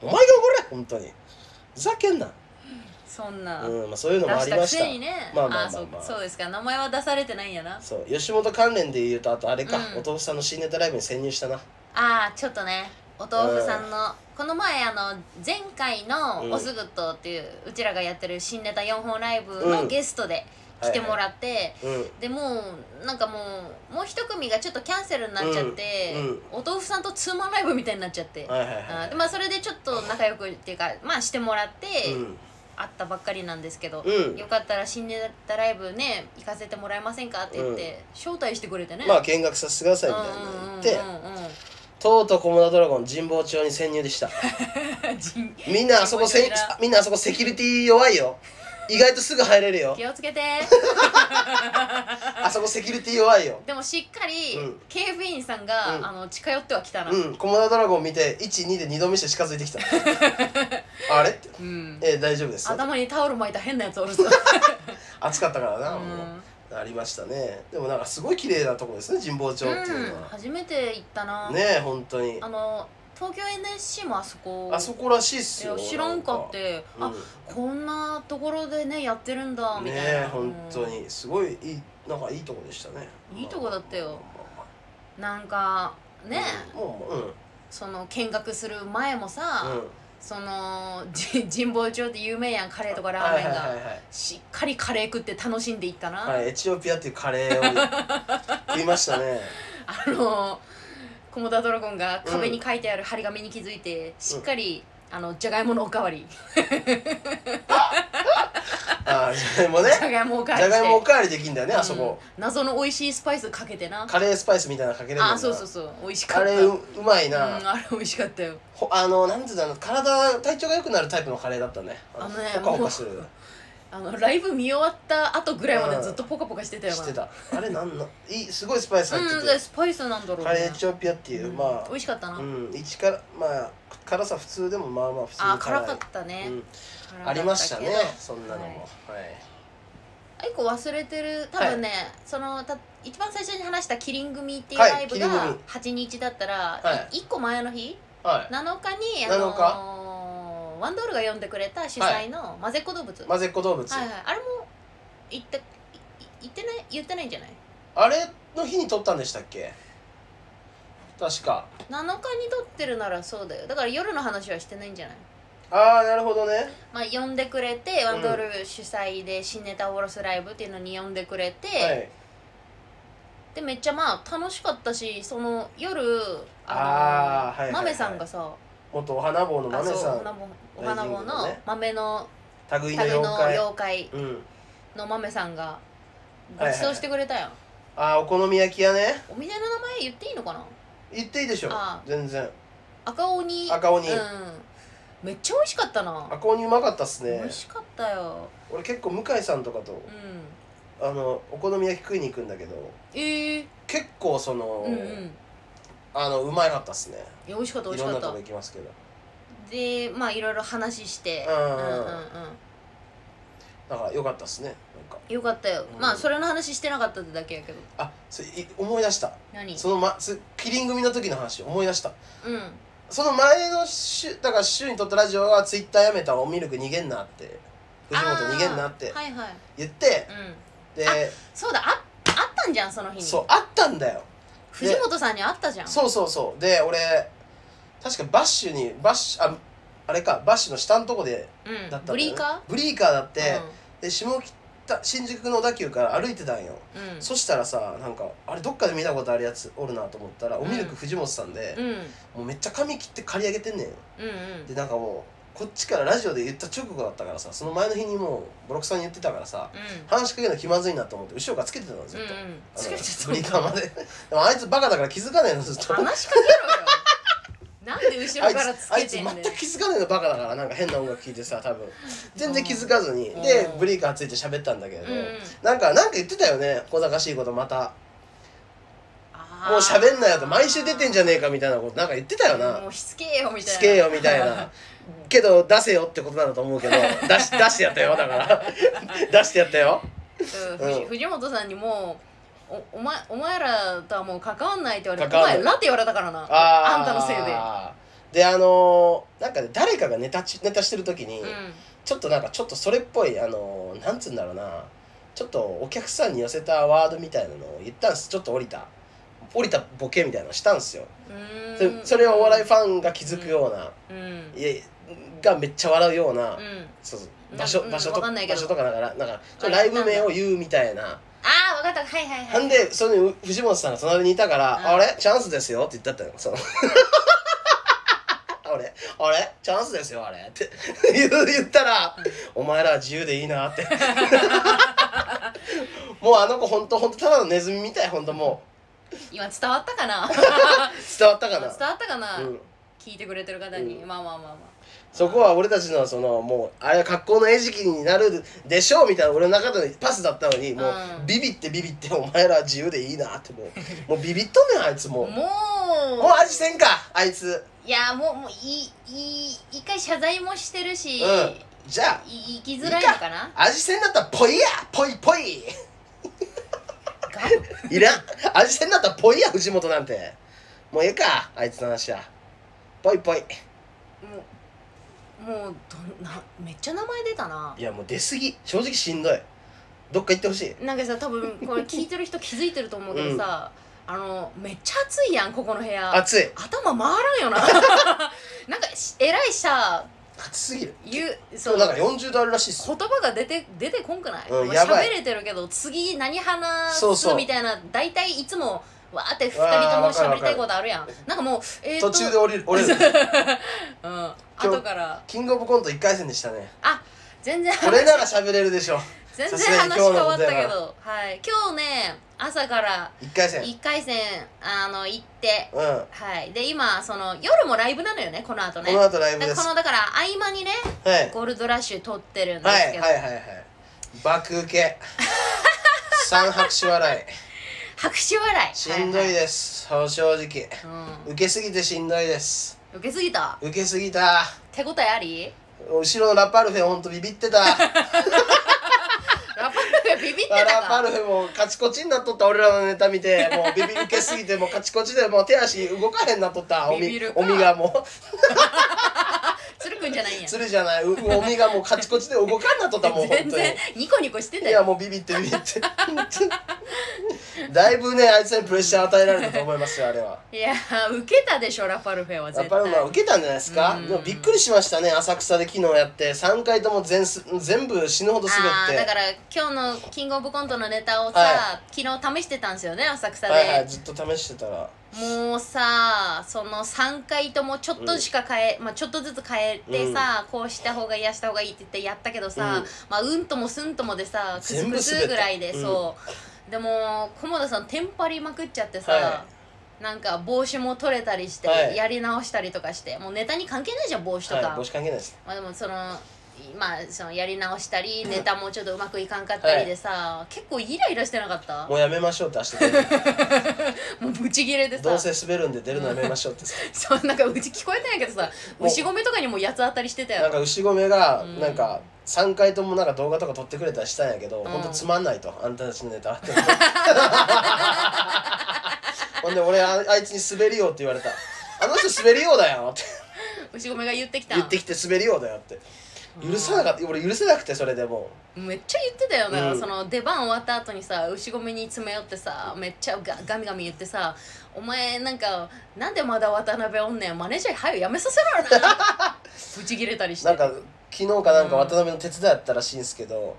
[SPEAKER 2] お前が怒れ本当にふざけんな、
[SPEAKER 1] そんな、
[SPEAKER 2] うんまあ、そういうの
[SPEAKER 1] 出
[SPEAKER 2] もあ
[SPEAKER 1] し
[SPEAKER 2] り
[SPEAKER 1] た
[SPEAKER 2] ま
[SPEAKER 1] く
[SPEAKER 2] した
[SPEAKER 1] せにね
[SPEAKER 2] まあまあまあ
[SPEAKER 1] そう
[SPEAKER 2] まあ
[SPEAKER 1] そうですか名前は出されてないんやな
[SPEAKER 2] そう吉本関連で言うとあとあれか、
[SPEAKER 1] うん
[SPEAKER 2] お父さんの新ネタライブに潜入したな
[SPEAKER 1] ああちょっとねお豆腐さんの、この前あの前回
[SPEAKER 2] うん
[SPEAKER 1] の「おすぐと」っていう、うちらがやってる新ネタ4本ライブ
[SPEAKER 2] う
[SPEAKER 1] の
[SPEAKER 2] ん
[SPEAKER 1] ゲストで来てもらって、
[SPEAKER 2] うん
[SPEAKER 1] でもうなんかもうもう一組がちょっとキャンセルになっちゃって、
[SPEAKER 2] うん
[SPEAKER 1] お豆腐さんとツーマンライブみたいになっちゃって、
[SPEAKER 2] はいはい
[SPEAKER 1] あ
[SPEAKER 2] は
[SPEAKER 1] ーでまあそれでちょっと仲良くっていうかまあしてもらって、
[SPEAKER 2] いうん
[SPEAKER 1] 会ったばっかりなんですけど、
[SPEAKER 2] うん
[SPEAKER 1] よかったら新ネタライブね行かせてもらえませんかって言って、招待してくれてね
[SPEAKER 2] まあ見学させてくださいみたいなの言って、
[SPEAKER 1] うんうんうんうん
[SPEAKER 2] とうとうコモダドラゴン神保町に潜入でした
[SPEAKER 1] 人
[SPEAKER 2] みんなあそこせ
[SPEAKER 1] 神保町だ
[SPEAKER 2] みんなあそこセキュリティ弱いよ意外とすぐ入れるよ
[SPEAKER 1] 気をつけて
[SPEAKER 2] あそこセキュリティ弱いよ。
[SPEAKER 1] でもしっかり、
[SPEAKER 2] うん
[SPEAKER 1] 警備員さんが、
[SPEAKER 2] うん
[SPEAKER 1] あの近寄ってはきたな
[SPEAKER 2] うん、コモダドラゴン見て、1、2で2度見して近づいて
[SPEAKER 1] <laughs>
[SPEAKER 2] きた。あれって。
[SPEAKER 1] うん
[SPEAKER 2] えー大丈夫です。
[SPEAKER 1] 頭にタオル巻いた変なやつお
[SPEAKER 2] <laughs>
[SPEAKER 1] るぞ、
[SPEAKER 2] 暑かったから
[SPEAKER 1] う
[SPEAKER 2] な、も
[SPEAKER 1] ん
[SPEAKER 2] うありましたね。でもなんかすごい綺麗なとこですね、神保町っていうの
[SPEAKER 1] うん
[SPEAKER 2] は。
[SPEAKER 1] 初めて行ったな、
[SPEAKER 2] ねえ、本当に
[SPEAKER 1] あ。の東京 NSC もあそこ
[SPEAKER 2] あそこらしいっすよ。
[SPEAKER 1] いや知らんかって
[SPEAKER 2] なん
[SPEAKER 1] あ
[SPEAKER 2] か。
[SPEAKER 1] こんなところでねやってるんだ
[SPEAKER 2] うん
[SPEAKER 1] み
[SPEAKER 2] ね
[SPEAKER 1] たいな、
[SPEAKER 2] え、本当に。すごいいい、なんかいいとこでしたね。
[SPEAKER 1] いいとこだったよ
[SPEAKER 2] まあまあまあ
[SPEAKER 1] なんかね、
[SPEAKER 2] うんもう、うん。
[SPEAKER 1] その見学する前もさ、
[SPEAKER 2] うん
[SPEAKER 1] そのじ神保町って有名やんカレーとかラー
[SPEAKER 2] は
[SPEAKER 1] メ
[SPEAKER 2] い
[SPEAKER 1] ン
[SPEAKER 2] は
[SPEAKER 1] が、
[SPEAKER 2] いはいはい。
[SPEAKER 1] しっかりカレー食って楽しんでいったな、
[SPEAKER 2] はい、エチオピアっていうカレーを食いまし
[SPEAKER 1] <laughs>
[SPEAKER 2] たね。
[SPEAKER 1] あのコモダドラゴンが壁に書いてある張り紙に気づいて、しっかりあのじゃがいものおかわり
[SPEAKER 2] ああ、じゃがいもね。
[SPEAKER 1] じゃがいもおかわ
[SPEAKER 2] じ
[SPEAKER 1] り
[SPEAKER 2] ゃ
[SPEAKER 1] して
[SPEAKER 2] がいもおかわりできんだよね、あそこ、
[SPEAKER 1] うん謎の美味しいスパイスかけてな
[SPEAKER 2] カレースパイスみたいなのかけれるんだ
[SPEAKER 1] あそうそうそう美味しか
[SPEAKER 2] カ
[SPEAKER 1] った
[SPEAKER 2] レーううまいな、
[SPEAKER 1] うん、あれ美味しかったよ
[SPEAKER 2] ほあのなんていうんだろう体体調が良くなるタイプのカレーだったね
[SPEAKER 1] あのね
[SPEAKER 2] ほかほかする
[SPEAKER 1] あのライブ見終わった後ぐらいまでずっとポカポカしてたよな
[SPEAKER 2] してたあれなんのいいすごいスパイス入
[SPEAKER 1] うん
[SPEAKER 2] ってて、
[SPEAKER 1] スパイスなんだろうね
[SPEAKER 2] カレーエチオピアっていう、
[SPEAKER 1] うん
[SPEAKER 2] まあ
[SPEAKER 1] 美味しかったな、
[SPEAKER 2] うん一からまあ辛さ普通でもまあまあ普通に
[SPEAKER 1] あー
[SPEAKER 2] 辛い
[SPEAKER 1] 辛かったね、
[SPEAKER 2] う
[SPEAKER 1] 辛
[SPEAKER 2] ん
[SPEAKER 1] かったけど
[SPEAKER 2] ありましたねそんなのもはい、
[SPEAKER 1] 一個忘れてる多分ね、そのた一番最初に話したキリン組っていう
[SPEAKER 2] はい
[SPEAKER 1] ライブ
[SPEAKER 2] キリン
[SPEAKER 1] が
[SPEAKER 2] 組
[SPEAKER 1] 8日だったら、
[SPEAKER 2] はい
[SPEAKER 1] 1個前の日
[SPEAKER 2] はい
[SPEAKER 1] 7日に、あ
[SPEAKER 2] 7日
[SPEAKER 1] のーワンドールが読んでくれた主催の「マゼっ子動物」
[SPEAKER 2] 混ぜっ子動物、
[SPEAKER 1] はいはい、あれも言ってい言ってない言ってないんじゃない
[SPEAKER 2] あれの日に撮ったんでしたっけ確か
[SPEAKER 1] 7日に撮ってるならそうだよだから夜の話はしてないんじゃない
[SPEAKER 2] ああなるほどね
[SPEAKER 1] まあ呼んでくれてワンドール主催で新ネタをおろすライブっていうのに呼んでくれて、
[SPEAKER 2] はい
[SPEAKER 1] でめっちゃまあ楽しかったしその夜
[SPEAKER 2] あーはいはいはい
[SPEAKER 1] 豆さんがさ
[SPEAKER 2] 元お花坊のマネさ
[SPEAKER 1] あそうんお花坊お花坊
[SPEAKER 2] 大臣の
[SPEAKER 1] の
[SPEAKER 2] ね
[SPEAKER 1] 豆の
[SPEAKER 2] 類
[SPEAKER 1] 旅
[SPEAKER 2] の
[SPEAKER 1] の
[SPEAKER 2] 妖怪
[SPEAKER 1] 妖怪
[SPEAKER 2] うん
[SPEAKER 1] の豆さんがご馳走してくれたやん、
[SPEAKER 2] あーお好み焼き屋ね
[SPEAKER 1] お店の名前言っていいのかな
[SPEAKER 2] 言っていいでしょ
[SPEAKER 1] あ
[SPEAKER 2] 全然
[SPEAKER 1] 赤鬼
[SPEAKER 2] 赤鬼
[SPEAKER 1] うんめっちゃ美味しかったな、
[SPEAKER 2] 赤鬼うまかったっす
[SPEAKER 1] 美
[SPEAKER 2] ね
[SPEAKER 1] 味しかったよ
[SPEAKER 2] 俺結構向井さんとかと
[SPEAKER 1] うん
[SPEAKER 2] あのお好み焼き食いに行くんだけど
[SPEAKER 1] ええ
[SPEAKER 2] 結構その、
[SPEAKER 1] うんうん
[SPEAKER 2] あのうまいかったっすね
[SPEAKER 1] いや美味しかった美
[SPEAKER 2] い
[SPEAKER 1] 味し
[SPEAKER 2] ろ
[SPEAKER 1] か
[SPEAKER 2] んな
[SPEAKER 1] っ
[SPEAKER 2] と
[SPEAKER 1] た
[SPEAKER 2] こ行きますけど
[SPEAKER 1] でまあいろいろ話して
[SPEAKER 2] うんうんう
[SPEAKER 1] う
[SPEAKER 2] ん
[SPEAKER 1] んうん
[SPEAKER 2] だからよかったっすねなんか
[SPEAKER 1] よかったよ、
[SPEAKER 2] うん
[SPEAKER 1] まあそれの話してなかったってだけやけど
[SPEAKER 2] あそれい思い出した
[SPEAKER 1] 何
[SPEAKER 2] その、ま、すキリン組の時の話思い出した
[SPEAKER 1] うん
[SPEAKER 2] その前の週だから週に撮ったラジオはツイッターやめたわミルク逃げんなって藤本逃げんなって
[SPEAKER 1] あーはいはい
[SPEAKER 2] 言って
[SPEAKER 1] うん
[SPEAKER 2] で
[SPEAKER 1] そうだああったんじゃんその日に
[SPEAKER 2] そうあったんだよ
[SPEAKER 1] 藤本さんに会ったじゃん
[SPEAKER 2] そうそうそうで俺確かバッシュにバッシュああれかバッシュの下のとこで
[SPEAKER 1] う、ん
[SPEAKER 2] だったんだよね
[SPEAKER 1] ブリーカ
[SPEAKER 2] ブリーカーだっ
[SPEAKER 1] ー
[SPEAKER 2] て、で下北新宿の小田急から歩いてたんよ、
[SPEAKER 1] うんうん
[SPEAKER 2] そしたらさなんかあれどっかで見たことあるやつおるなと思ったら、
[SPEAKER 1] ん
[SPEAKER 2] おみるく藤本さんで
[SPEAKER 1] う、んうん
[SPEAKER 2] もうめっちゃ髪切って刈り上げてんねんよ
[SPEAKER 1] うん
[SPEAKER 2] でなんかもうこっちからラジオで言った直後だったからさその前の日にもうボロクさんに言ってたからさ話しかけるの気まずいなと思って後ろからつけてたのずっ
[SPEAKER 1] うん
[SPEAKER 2] と、
[SPEAKER 1] うんうん
[SPEAKER 2] あの
[SPEAKER 1] つけてた
[SPEAKER 2] ブリーカーまででもあいつバカだから気づかねえのずっ
[SPEAKER 1] <laughs>
[SPEAKER 2] と
[SPEAKER 1] 話しかけろよなんで後
[SPEAKER 2] あ
[SPEAKER 1] ろ
[SPEAKER 2] いつ
[SPEAKER 1] からつ
[SPEAKER 2] あ
[SPEAKER 1] け
[SPEAKER 2] いつ
[SPEAKER 1] てん
[SPEAKER 2] 全
[SPEAKER 1] ねん
[SPEAKER 2] く気づかねえのバカだからなんか変な音楽聴いてさ多分全然気づかずに、
[SPEAKER 1] うん
[SPEAKER 2] で
[SPEAKER 1] うん
[SPEAKER 2] ブリーカーついて喋ったんだけれど、
[SPEAKER 1] うんうん
[SPEAKER 2] なんかなんか言ってたよね小賢しいことまた
[SPEAKER 1] あー
[SPEAKER 2] もう喋んなよと毎週出てんじゃねえかみたいなことなんか言ってたよ
[SPEAKER 1] も
[SPEAKER 2] な
[SPEAKER 1] うしつけえよみたいな
[SPEAKER 2] つけよみたい
[SPEAKER 1] <laughs>
[SPEAKER 2] なけど出せよってことなんだと思うけど出し出してやったよだから <laughs> 出してやったよ
[SPEAKER 1] うん藤藤本さんにもうおお前お前らとはもう関わんないって言われて
[SPEAKER 2] 関
[SPEAKER 1] お
[SPEAKER 2] わんない
[SPEAKER 1] 前らって言われたからな
[SPEAKER 2] あー
[SPEAKER 1] んたのせいで
[SPEAKER 2] であのーなんかね誰かがネタちネタしてる時に、
[SPEAKER 1] うん
[SPEAKER 2] ちょっとなんかちょっとそれっぽいあのーなんつうんだろうなちょっとお客さんに寄せたワードみたいなのを言ったんですちょっと降りた降りたボケみたいなのしたんですよ、
[SPEAKER 1] うーん
[SPEAKER 2] そそれをお笑いファンが気づくような、
[SPEAKER 1] うんうん
[SPEAKER 2] いえがめっちゃ笑うような、そうそう
[SPEAKER 1] な
[SPEAKER 2] 場所
[SPEAKER 1] うん
[SPEAKER 2] 場所と
[SPEAKER 1] わ
[SPEAKER 2] か
[SPEAKER 1] かんないけど
[SPEAKER 2] 場所とかだからなんかちょっとライブ名を言うみたいな
[SPEAKER 1] ああ分かったはいはいはい
[SPEAKER 2] なんでそれに藤本さんが隣にいたから「
[SPEAKER 1] うん
[SPEAKER 2] あれチャンスですよ」って言ったったよその <laughs> あれあれチャンスですよあれ」って <laughs> 言う言ったら「お前らは自由でいいな」って <laughs> もうあの子ほんとほんとただのネズミみたいほんとも
[SPEAKER 1] 今伝わったか
[SPEAKER 2] <laughs>
[SPEAKER 1] な
[SPEAKER 2] う伝わったか
[SPEAKER 1] 伝
[SPEAKER 2] な
[SPEAKER 1] わったかな、
[SPEAKER 2] うん、
[SPEAKER 1] 聞いてくれてる方に、
[SPEAKER 2] う
[SPEAKER 1] まあまあまあま
[SPEAKER 2] そこは俺たちのそのもうあれは格好の餌食になるでしょうみたいな俺の中でのパスだったのにもう
[SPEAKER 1] うん
[SPEAKER 2] ビビってビビってお前らは自由でいいなってもうもうビビっとんねんあいつも
[SPEAKER 1] あもう
[SPEAKER 2] もう味せんかあいつ
[SPEAKER 1] いやもうもういいいい一回謝罪もしてるし、
[SPEAKER 2] うんじゃ
[SPEAKER 1] い生きづらいのかな
[SPEAKER 2] あ味せんだったらぽいやぽいぽい
[SPEAKER 1] ガ
[SPEAKER 2] い
[SPEAKER 1] <laughs>
[SPEAKER 2] らん味せんだったらぽいや藤本なんてもうええかあいつの話はぽいぽい
[SPEAKER 1] もうもうどんなめっちゃ名前出たない
[SPEAKER 2] やもう出過ぎ正直しんどいどっか行ってほしい
[SPEAKER 1] なんかさ多分これ聞いてる人気づいてると思うけどさ、あのめっちゃ暑いやんここの部屋
[SPEAKER 2] 暑い
[SPEAKER 1] 頭回らんよな <laughs> なんかし偉いさ
[SPEAKER 2] 暑すぎる
[SPEAKER 1] 言うそ
[SPEAKER 2] そううなんか40度あるらしいっす
[SPEAKER 1] 言葉が出て出てこんくない、
[SPEAKER 2] うん
[SPEAKER 1] まあ
[SPEAKER 2] やばい
[SPEAKER 1] 喋れてるけど次何話
[SPEAKER 2] そう
[SPEAKER 1] す
[SPEAKER 2] そう
[SPEAKER 1] みたいな大体いつもわーって二人と
[SPEAKER 2] わ
[SPEAKER 1] も
[SPEAKER 2] ー
[SPEAKER 1] 喋りたいことあるやんなんかもうえー、
[SPEAKER 2] 途
[SPEAKER 1] と
[SPEAKER 2] 中で降りる降りる
[SPEAKER 1] うん後から
[SPEAKER 2] キングオブコント1回戦でしたね
[SPEAKER 1] 全然
[SPEAKER 2] これなら喋れるでしょ
[SPEAKER 1] 全
[SPEAKER 2] さ
[SPEAKER 1] 然
[SPEAKER 2] すがに
[SPEAKER 1] 話変わったけ
[SPEAKER 2] 今日のこ
[SPEAKER 1] どはい今日ね朝から
[SPEAKER 2] 1回戦
[SPEAKER 1] 1回戦あの行って
[SPEAKER 2] うんこ
[SPEAKER 1] はいで今その夜もライブなのよねこの後ね
[SPEAKER 2] の後ライブ
[SPEAKER 1] で
[SPEAKER 2] で
[SPEAKER 1] こ
[SPEAKER 2] す
[SPEAKER 1] の
[SPEAKER 2] は
[SPEAKER 1] だから合間にね
[SPEAKER 2] いはい
[SPEAKER 1] ゴールドラッシュ撮ってるんで
[SPEAKER 2] は
[SPEAKER 1] す
[SPEAKER 2] い
[SPEAKER 1] けど、
[SPEAKER 2] はいはい爆受け三拍手笑
[SPEAKER 1] 拍手笑い
[SPEAKER 2] いしんどい
[SPEAKER 1] で、
[SPEAKER 2] ですそう正直
[SPEAKER 1] はは
[SPEAKER 2] 受けすぎてしんどいです
[SPEAKER 1] うん、受けすぎた
[SPEAKER 2] 受けすぎた
[SPEAKER 1] 手応えあり
[SPEAKER 2] 後ろのラパルフェほんとビ
[SPEAKER 1] <laughs>
[SPEAKER 2] ビってた
[SPEAKER 1] ラパルフェビビってた
[SPEAKER 2] ラ
[SPEAKER 1] か
[SPEAKER 2] パルフェもカチコチになっとった俺らのネタ見てもうビビ受けすぎてもうカチコチでもう手足動かへんなっとったお
[SPEAKER 1] ビ
[SPEAKER 2] み
[SPEAKER 1] ビるか
[SPEAKER 2] おみがもう
[SPEAKER 1] 鶴くんじゃないんや
[SPEAKER 2] つるじゃないうおみがもうカチコチで動かんなっとったもうほんと
[SPEAKER 1] 全
[SPEAKER 2] に
[SPEAKER 1] 然ニコニコしてた
[SPEAKER 2] いや
[SPEAKER 1] よ
[SPEAKER 2] もうビビってビビってだいぶねあいつにプレッシャー与えられたと思いますよあれはい
[SPEAKER 1] や受けたでしょラパルフェは
[SPEAKER 2] やっ
[SPEAKER 1] 絶
[SPEAKER 2] ぱ
[SPEAKER 1] 対
[SPEAKER 2] りまあ受けたんじゃないですか
[SPEAKER 1] うん
[SPEAKER 2] でもびっくりしましたね浅草で昨日やって3回とも全す全部死ぬほど滑
[SPEAKER 1] あー
[SPEAKER 2] っ
[SPEAKER 1] だ
[SPEAKER 2] て
[SPEAKER 1] から今日のキングオブコントのネタをさ、
[SPEAKER 2] は
[SPEAKER 1] 昨日試してたんですよね浅草で、
[SPEAKER 2] はいはいずっと試してたら
[SPEAKER 1] もうさその3回ともちょっとしか変え、まあ、ちょっとずつ変えてさ、こうした方がいいああした方がいいって言ってやったけどさ、
[SPEAKER 2] うん
[SPEAKER 1] まあ、うんともすんともでさクス
[SPEAKER 2] 全
[SPEAKER 1] ク
[SPEAKER 2] 部滑
[SPEAKER 1] ス
[SPEAKER 2] った
[SPEAKER 1] ぐらいで
[SPEAKER 2] うん
[SPEAKER 1] そう、でも菰田さんテンパりまくっちゃってさ、
[SPEAKER 2] は
[SPEAKER 1] なんか帽子も取れたりして、
[SPEAKER 2] はい
[SPEAKER 1] やり直したりとかしてもうネタに関係ないじゃん帽子とか、
[SPEAKER 2] はい帽子関係ないです
[SPEAKER 1] まあ、でもそのまあそのやり直したりネタもちょっとうまくいかんかったりでさ、結構イライラしてなかった
[SPEAKER 2] もうやめましょうって明
[SPEAKER 1] <laughs>
[SPEAKER 2] 日出る
[SPEAKER 1] もうブチギレでさ
[SPEAKER 2] どうせ滑るんで出るのやめましょうってさ
[SPEAKER 1] <laughs> そうなんかうち聞こえてないけどさ
[SPEAKER 2] もう
[SPEAKER 1] 牛込とかにも八つ当たりしてた
[SPEAKER 2] なん
[SPEAKER 1] よ
[SPEAKER 2] か牛込が
[SPEAKER 1] うん
[SPEAKER 2] なんか3回ともなんか動画とか撮ってくれたりしたんやけど、
[SPEAKER 1] ん
[SPEAKER 2] ほんとつまんないとあんたたちのネタってほんで俺ああいつに滑りようって言われたあの人滑りようだよって
[SPEAKER 1] 牛込が言ってきた
[SPEAKER 2] 言ってきて滑りようだよって許さなかった俺許せなくてそれでも
[SPEAKER 1] めっちゃ言ってたよな、
[SPEAKER 2] うん
[SPEAKER 1] その出番終わった後にさ牛込に詰め寄ってさめっちゃガガミガミ言ってさ「お前なんかなんでまだ渡辺おんねんマネージャー早よやめさせろよな」
[SPEAKER 2] <laughs>
[SPEAKER 1] ブチギレたりし
[SPEAKER 2] う
[SPEAKER 1] て
[SPEAKER 2] なんか昨日かなんか
[SPEAKER 1] うん
[SPEAKER 2] 渡辺の手伝いやったらしいんですけど、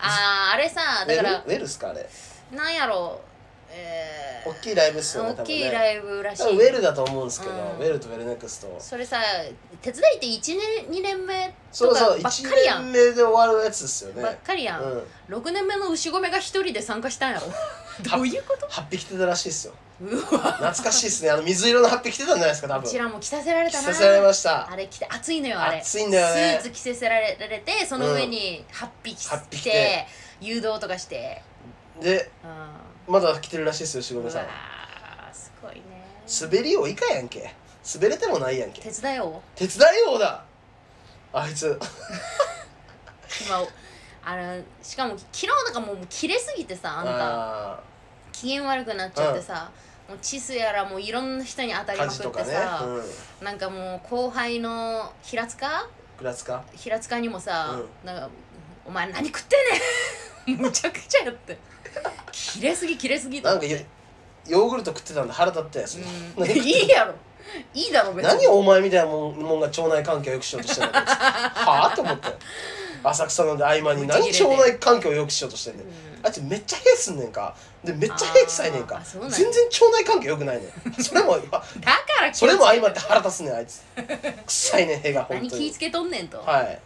[SPEAKER 1] あああれさ
[SPEAKER 2] ウ
[SPEAKER 1] だ
[SPEAKER 2] ェ
[SPEAKER 1] か
[SPEAKER 2] ル
[SPEAKER 1] ら
[SPEAKER 2] ウェルっすかあれ
[SPEAKER 1] なんやろうえー
[SPEAKER 2] 大きいライブっすよね多
[SPEAKER 1] 大
[SPEAKER 2] 分
[SPEAKER 1] き
[SPEAKER 2] ね
[SPEAKER 1] いライブらし
[SPEAKER 2] 多分
[SPEAKER 1] い
[SPEAKER 2] ウェルだと思うんですけど、
[SPEAKER 1] うん
[SPEAKER 2] ウェルとウェルネクスト
[SPEAKER 1] それさ手伝いって1年2年目
[SPEAKER 2] そ
[SPEAKER 1] と
[SPEAKER 2] うそ
[SPEAKER 1] か
[SPEAKER 2] う
[SPEAKER 1] ばっかりや
[SPEAKER 2] 1
[SPEAKER 1] ん
[SPEAKER 2] 年目で終わるやつっすよね
[SPEAKER 1] ばっかりやん、
[SPEAKER 2] うん
[SPEAKER 1] 6年目の牛込が一人で参加したん
[SPEAKER 2] <laughs>
[SPEAKER 1] やろどういうこと
[SPEAKER 2] 8匹着てたらしいっすよ
[SPEAKER 1] うわ
[SPEAKER 2] 懐かしいっすねあの水色の8匹着てたんじゃないですか多
[SPEAKER 1] う
[SPEAKER 2] 分
[SPEAKER 1] ちらも着させられ
[SPEAKER 2] 着
[SPEAKER 1] たな
[SPEAKER 2] させられました
[SPEAKER 1] あれ着て暑いのよあれ
[SPEAKER 2] 暑いんだよね
[SPEAKER 1] スーツ着せせられられてその上に8匹着
[SPEAKER 2] 八匹着
[SPEAKER 1] て,、
[SPEAKER 2] て
[SPEAKER 1] 誘導とかして
[SPEAKER 2] で
[SPEAKER 1] うん
[SPEAKER 2] まだ着てるらしいっすよしご
[SPEAKER 1] う
[SPEAKER 2] め
[SPEAKER 1] わ
[SPEAKER 2] さん
[SPEAKER 1] ーすごいね
[SPEAKER 2] 滑りを以下やんけ滑れてもないやんけ
[SPEAKER 1] 手伝いを
[SPEAKER 2] 手伝いようだあいつ
[SPEAKER 1] 今あのしかも昨日なんかもう切れすぎてさあんた
[SPEAKER 2] あ
[SPEAKER 1] 機嫌悪くなっちゃってさ、もうチスやらもういろんな人に当た
[SPEAKER 2] ー
[SPEAKER 1] りま
[SPEAKER 2] 家
[SPEAKER 1] くっ
[SPEAKER 2] 事と
[SPEAKER 1] て
[SPEAKER 2] かね
[SPEAKER 1] さ、
[SPEAKER 2] うん
[SPEAKER 1] なんかもう後輩の平塚
[SPEAKER 2] ぐらつか
[SPEAKER 1] 平塚にもさ、
[SPEAKER 2] う
[SPEAKER 1] なんか「お前何食ってん <laughs> ねん! 」むちゃくちゃやって切れすぎ切れすぎと
[SPEAKER 2] な
[SPEAKER 1] 思
[SPEAKER 2] ん
[SPEAKER 1] っ
[SPEAKER 2] か
[SPEAKER 1] て
[SPEAKER 2] よヨーグルト食ってたんで腹立ったやつ、
[SPEAKER 1] うんいいやろいいだろ別
[SPEAKER 2] <laughs> 何お前みたいなもんもんが腸内環境を良くしようとして
[SPEAKER 1] <laughs>
[SPEAKER 2] んのはあと思って浅草の合間に何
[SPEAKER 1] ブチギレ
[SPEAKER 2] 腸
[SPEAKER 1] て
[SPEAKER 2] 内環境を良くしようとしてんねん
[SPEAKER 1] うん
[SPEAKER 2] あいつめっちゃ兵すんねんかでめっちゃ兵さえねん
[SPEAKER 1] あ
[SPEAKER 2] か
[SPEAKER 1] ーそうなんや
[SPEAKER 2] 全然腸内環境良くないねん <laughs> それもあ
[SPEAKER 1] だから
[SPEAKER 2] それも相
[SPEAKER 1] 今
[SPEAKER 2] まって腹立つねんあいつ臭いねん兵が本
[SPEAKER 1] 何
[SPEAKER 2] 当
[SPEAKER 1] 気ぃ
[SPEAKER 2] に
[SPEAKER 1] つけとんねんと、
[SPEAKER 2] はい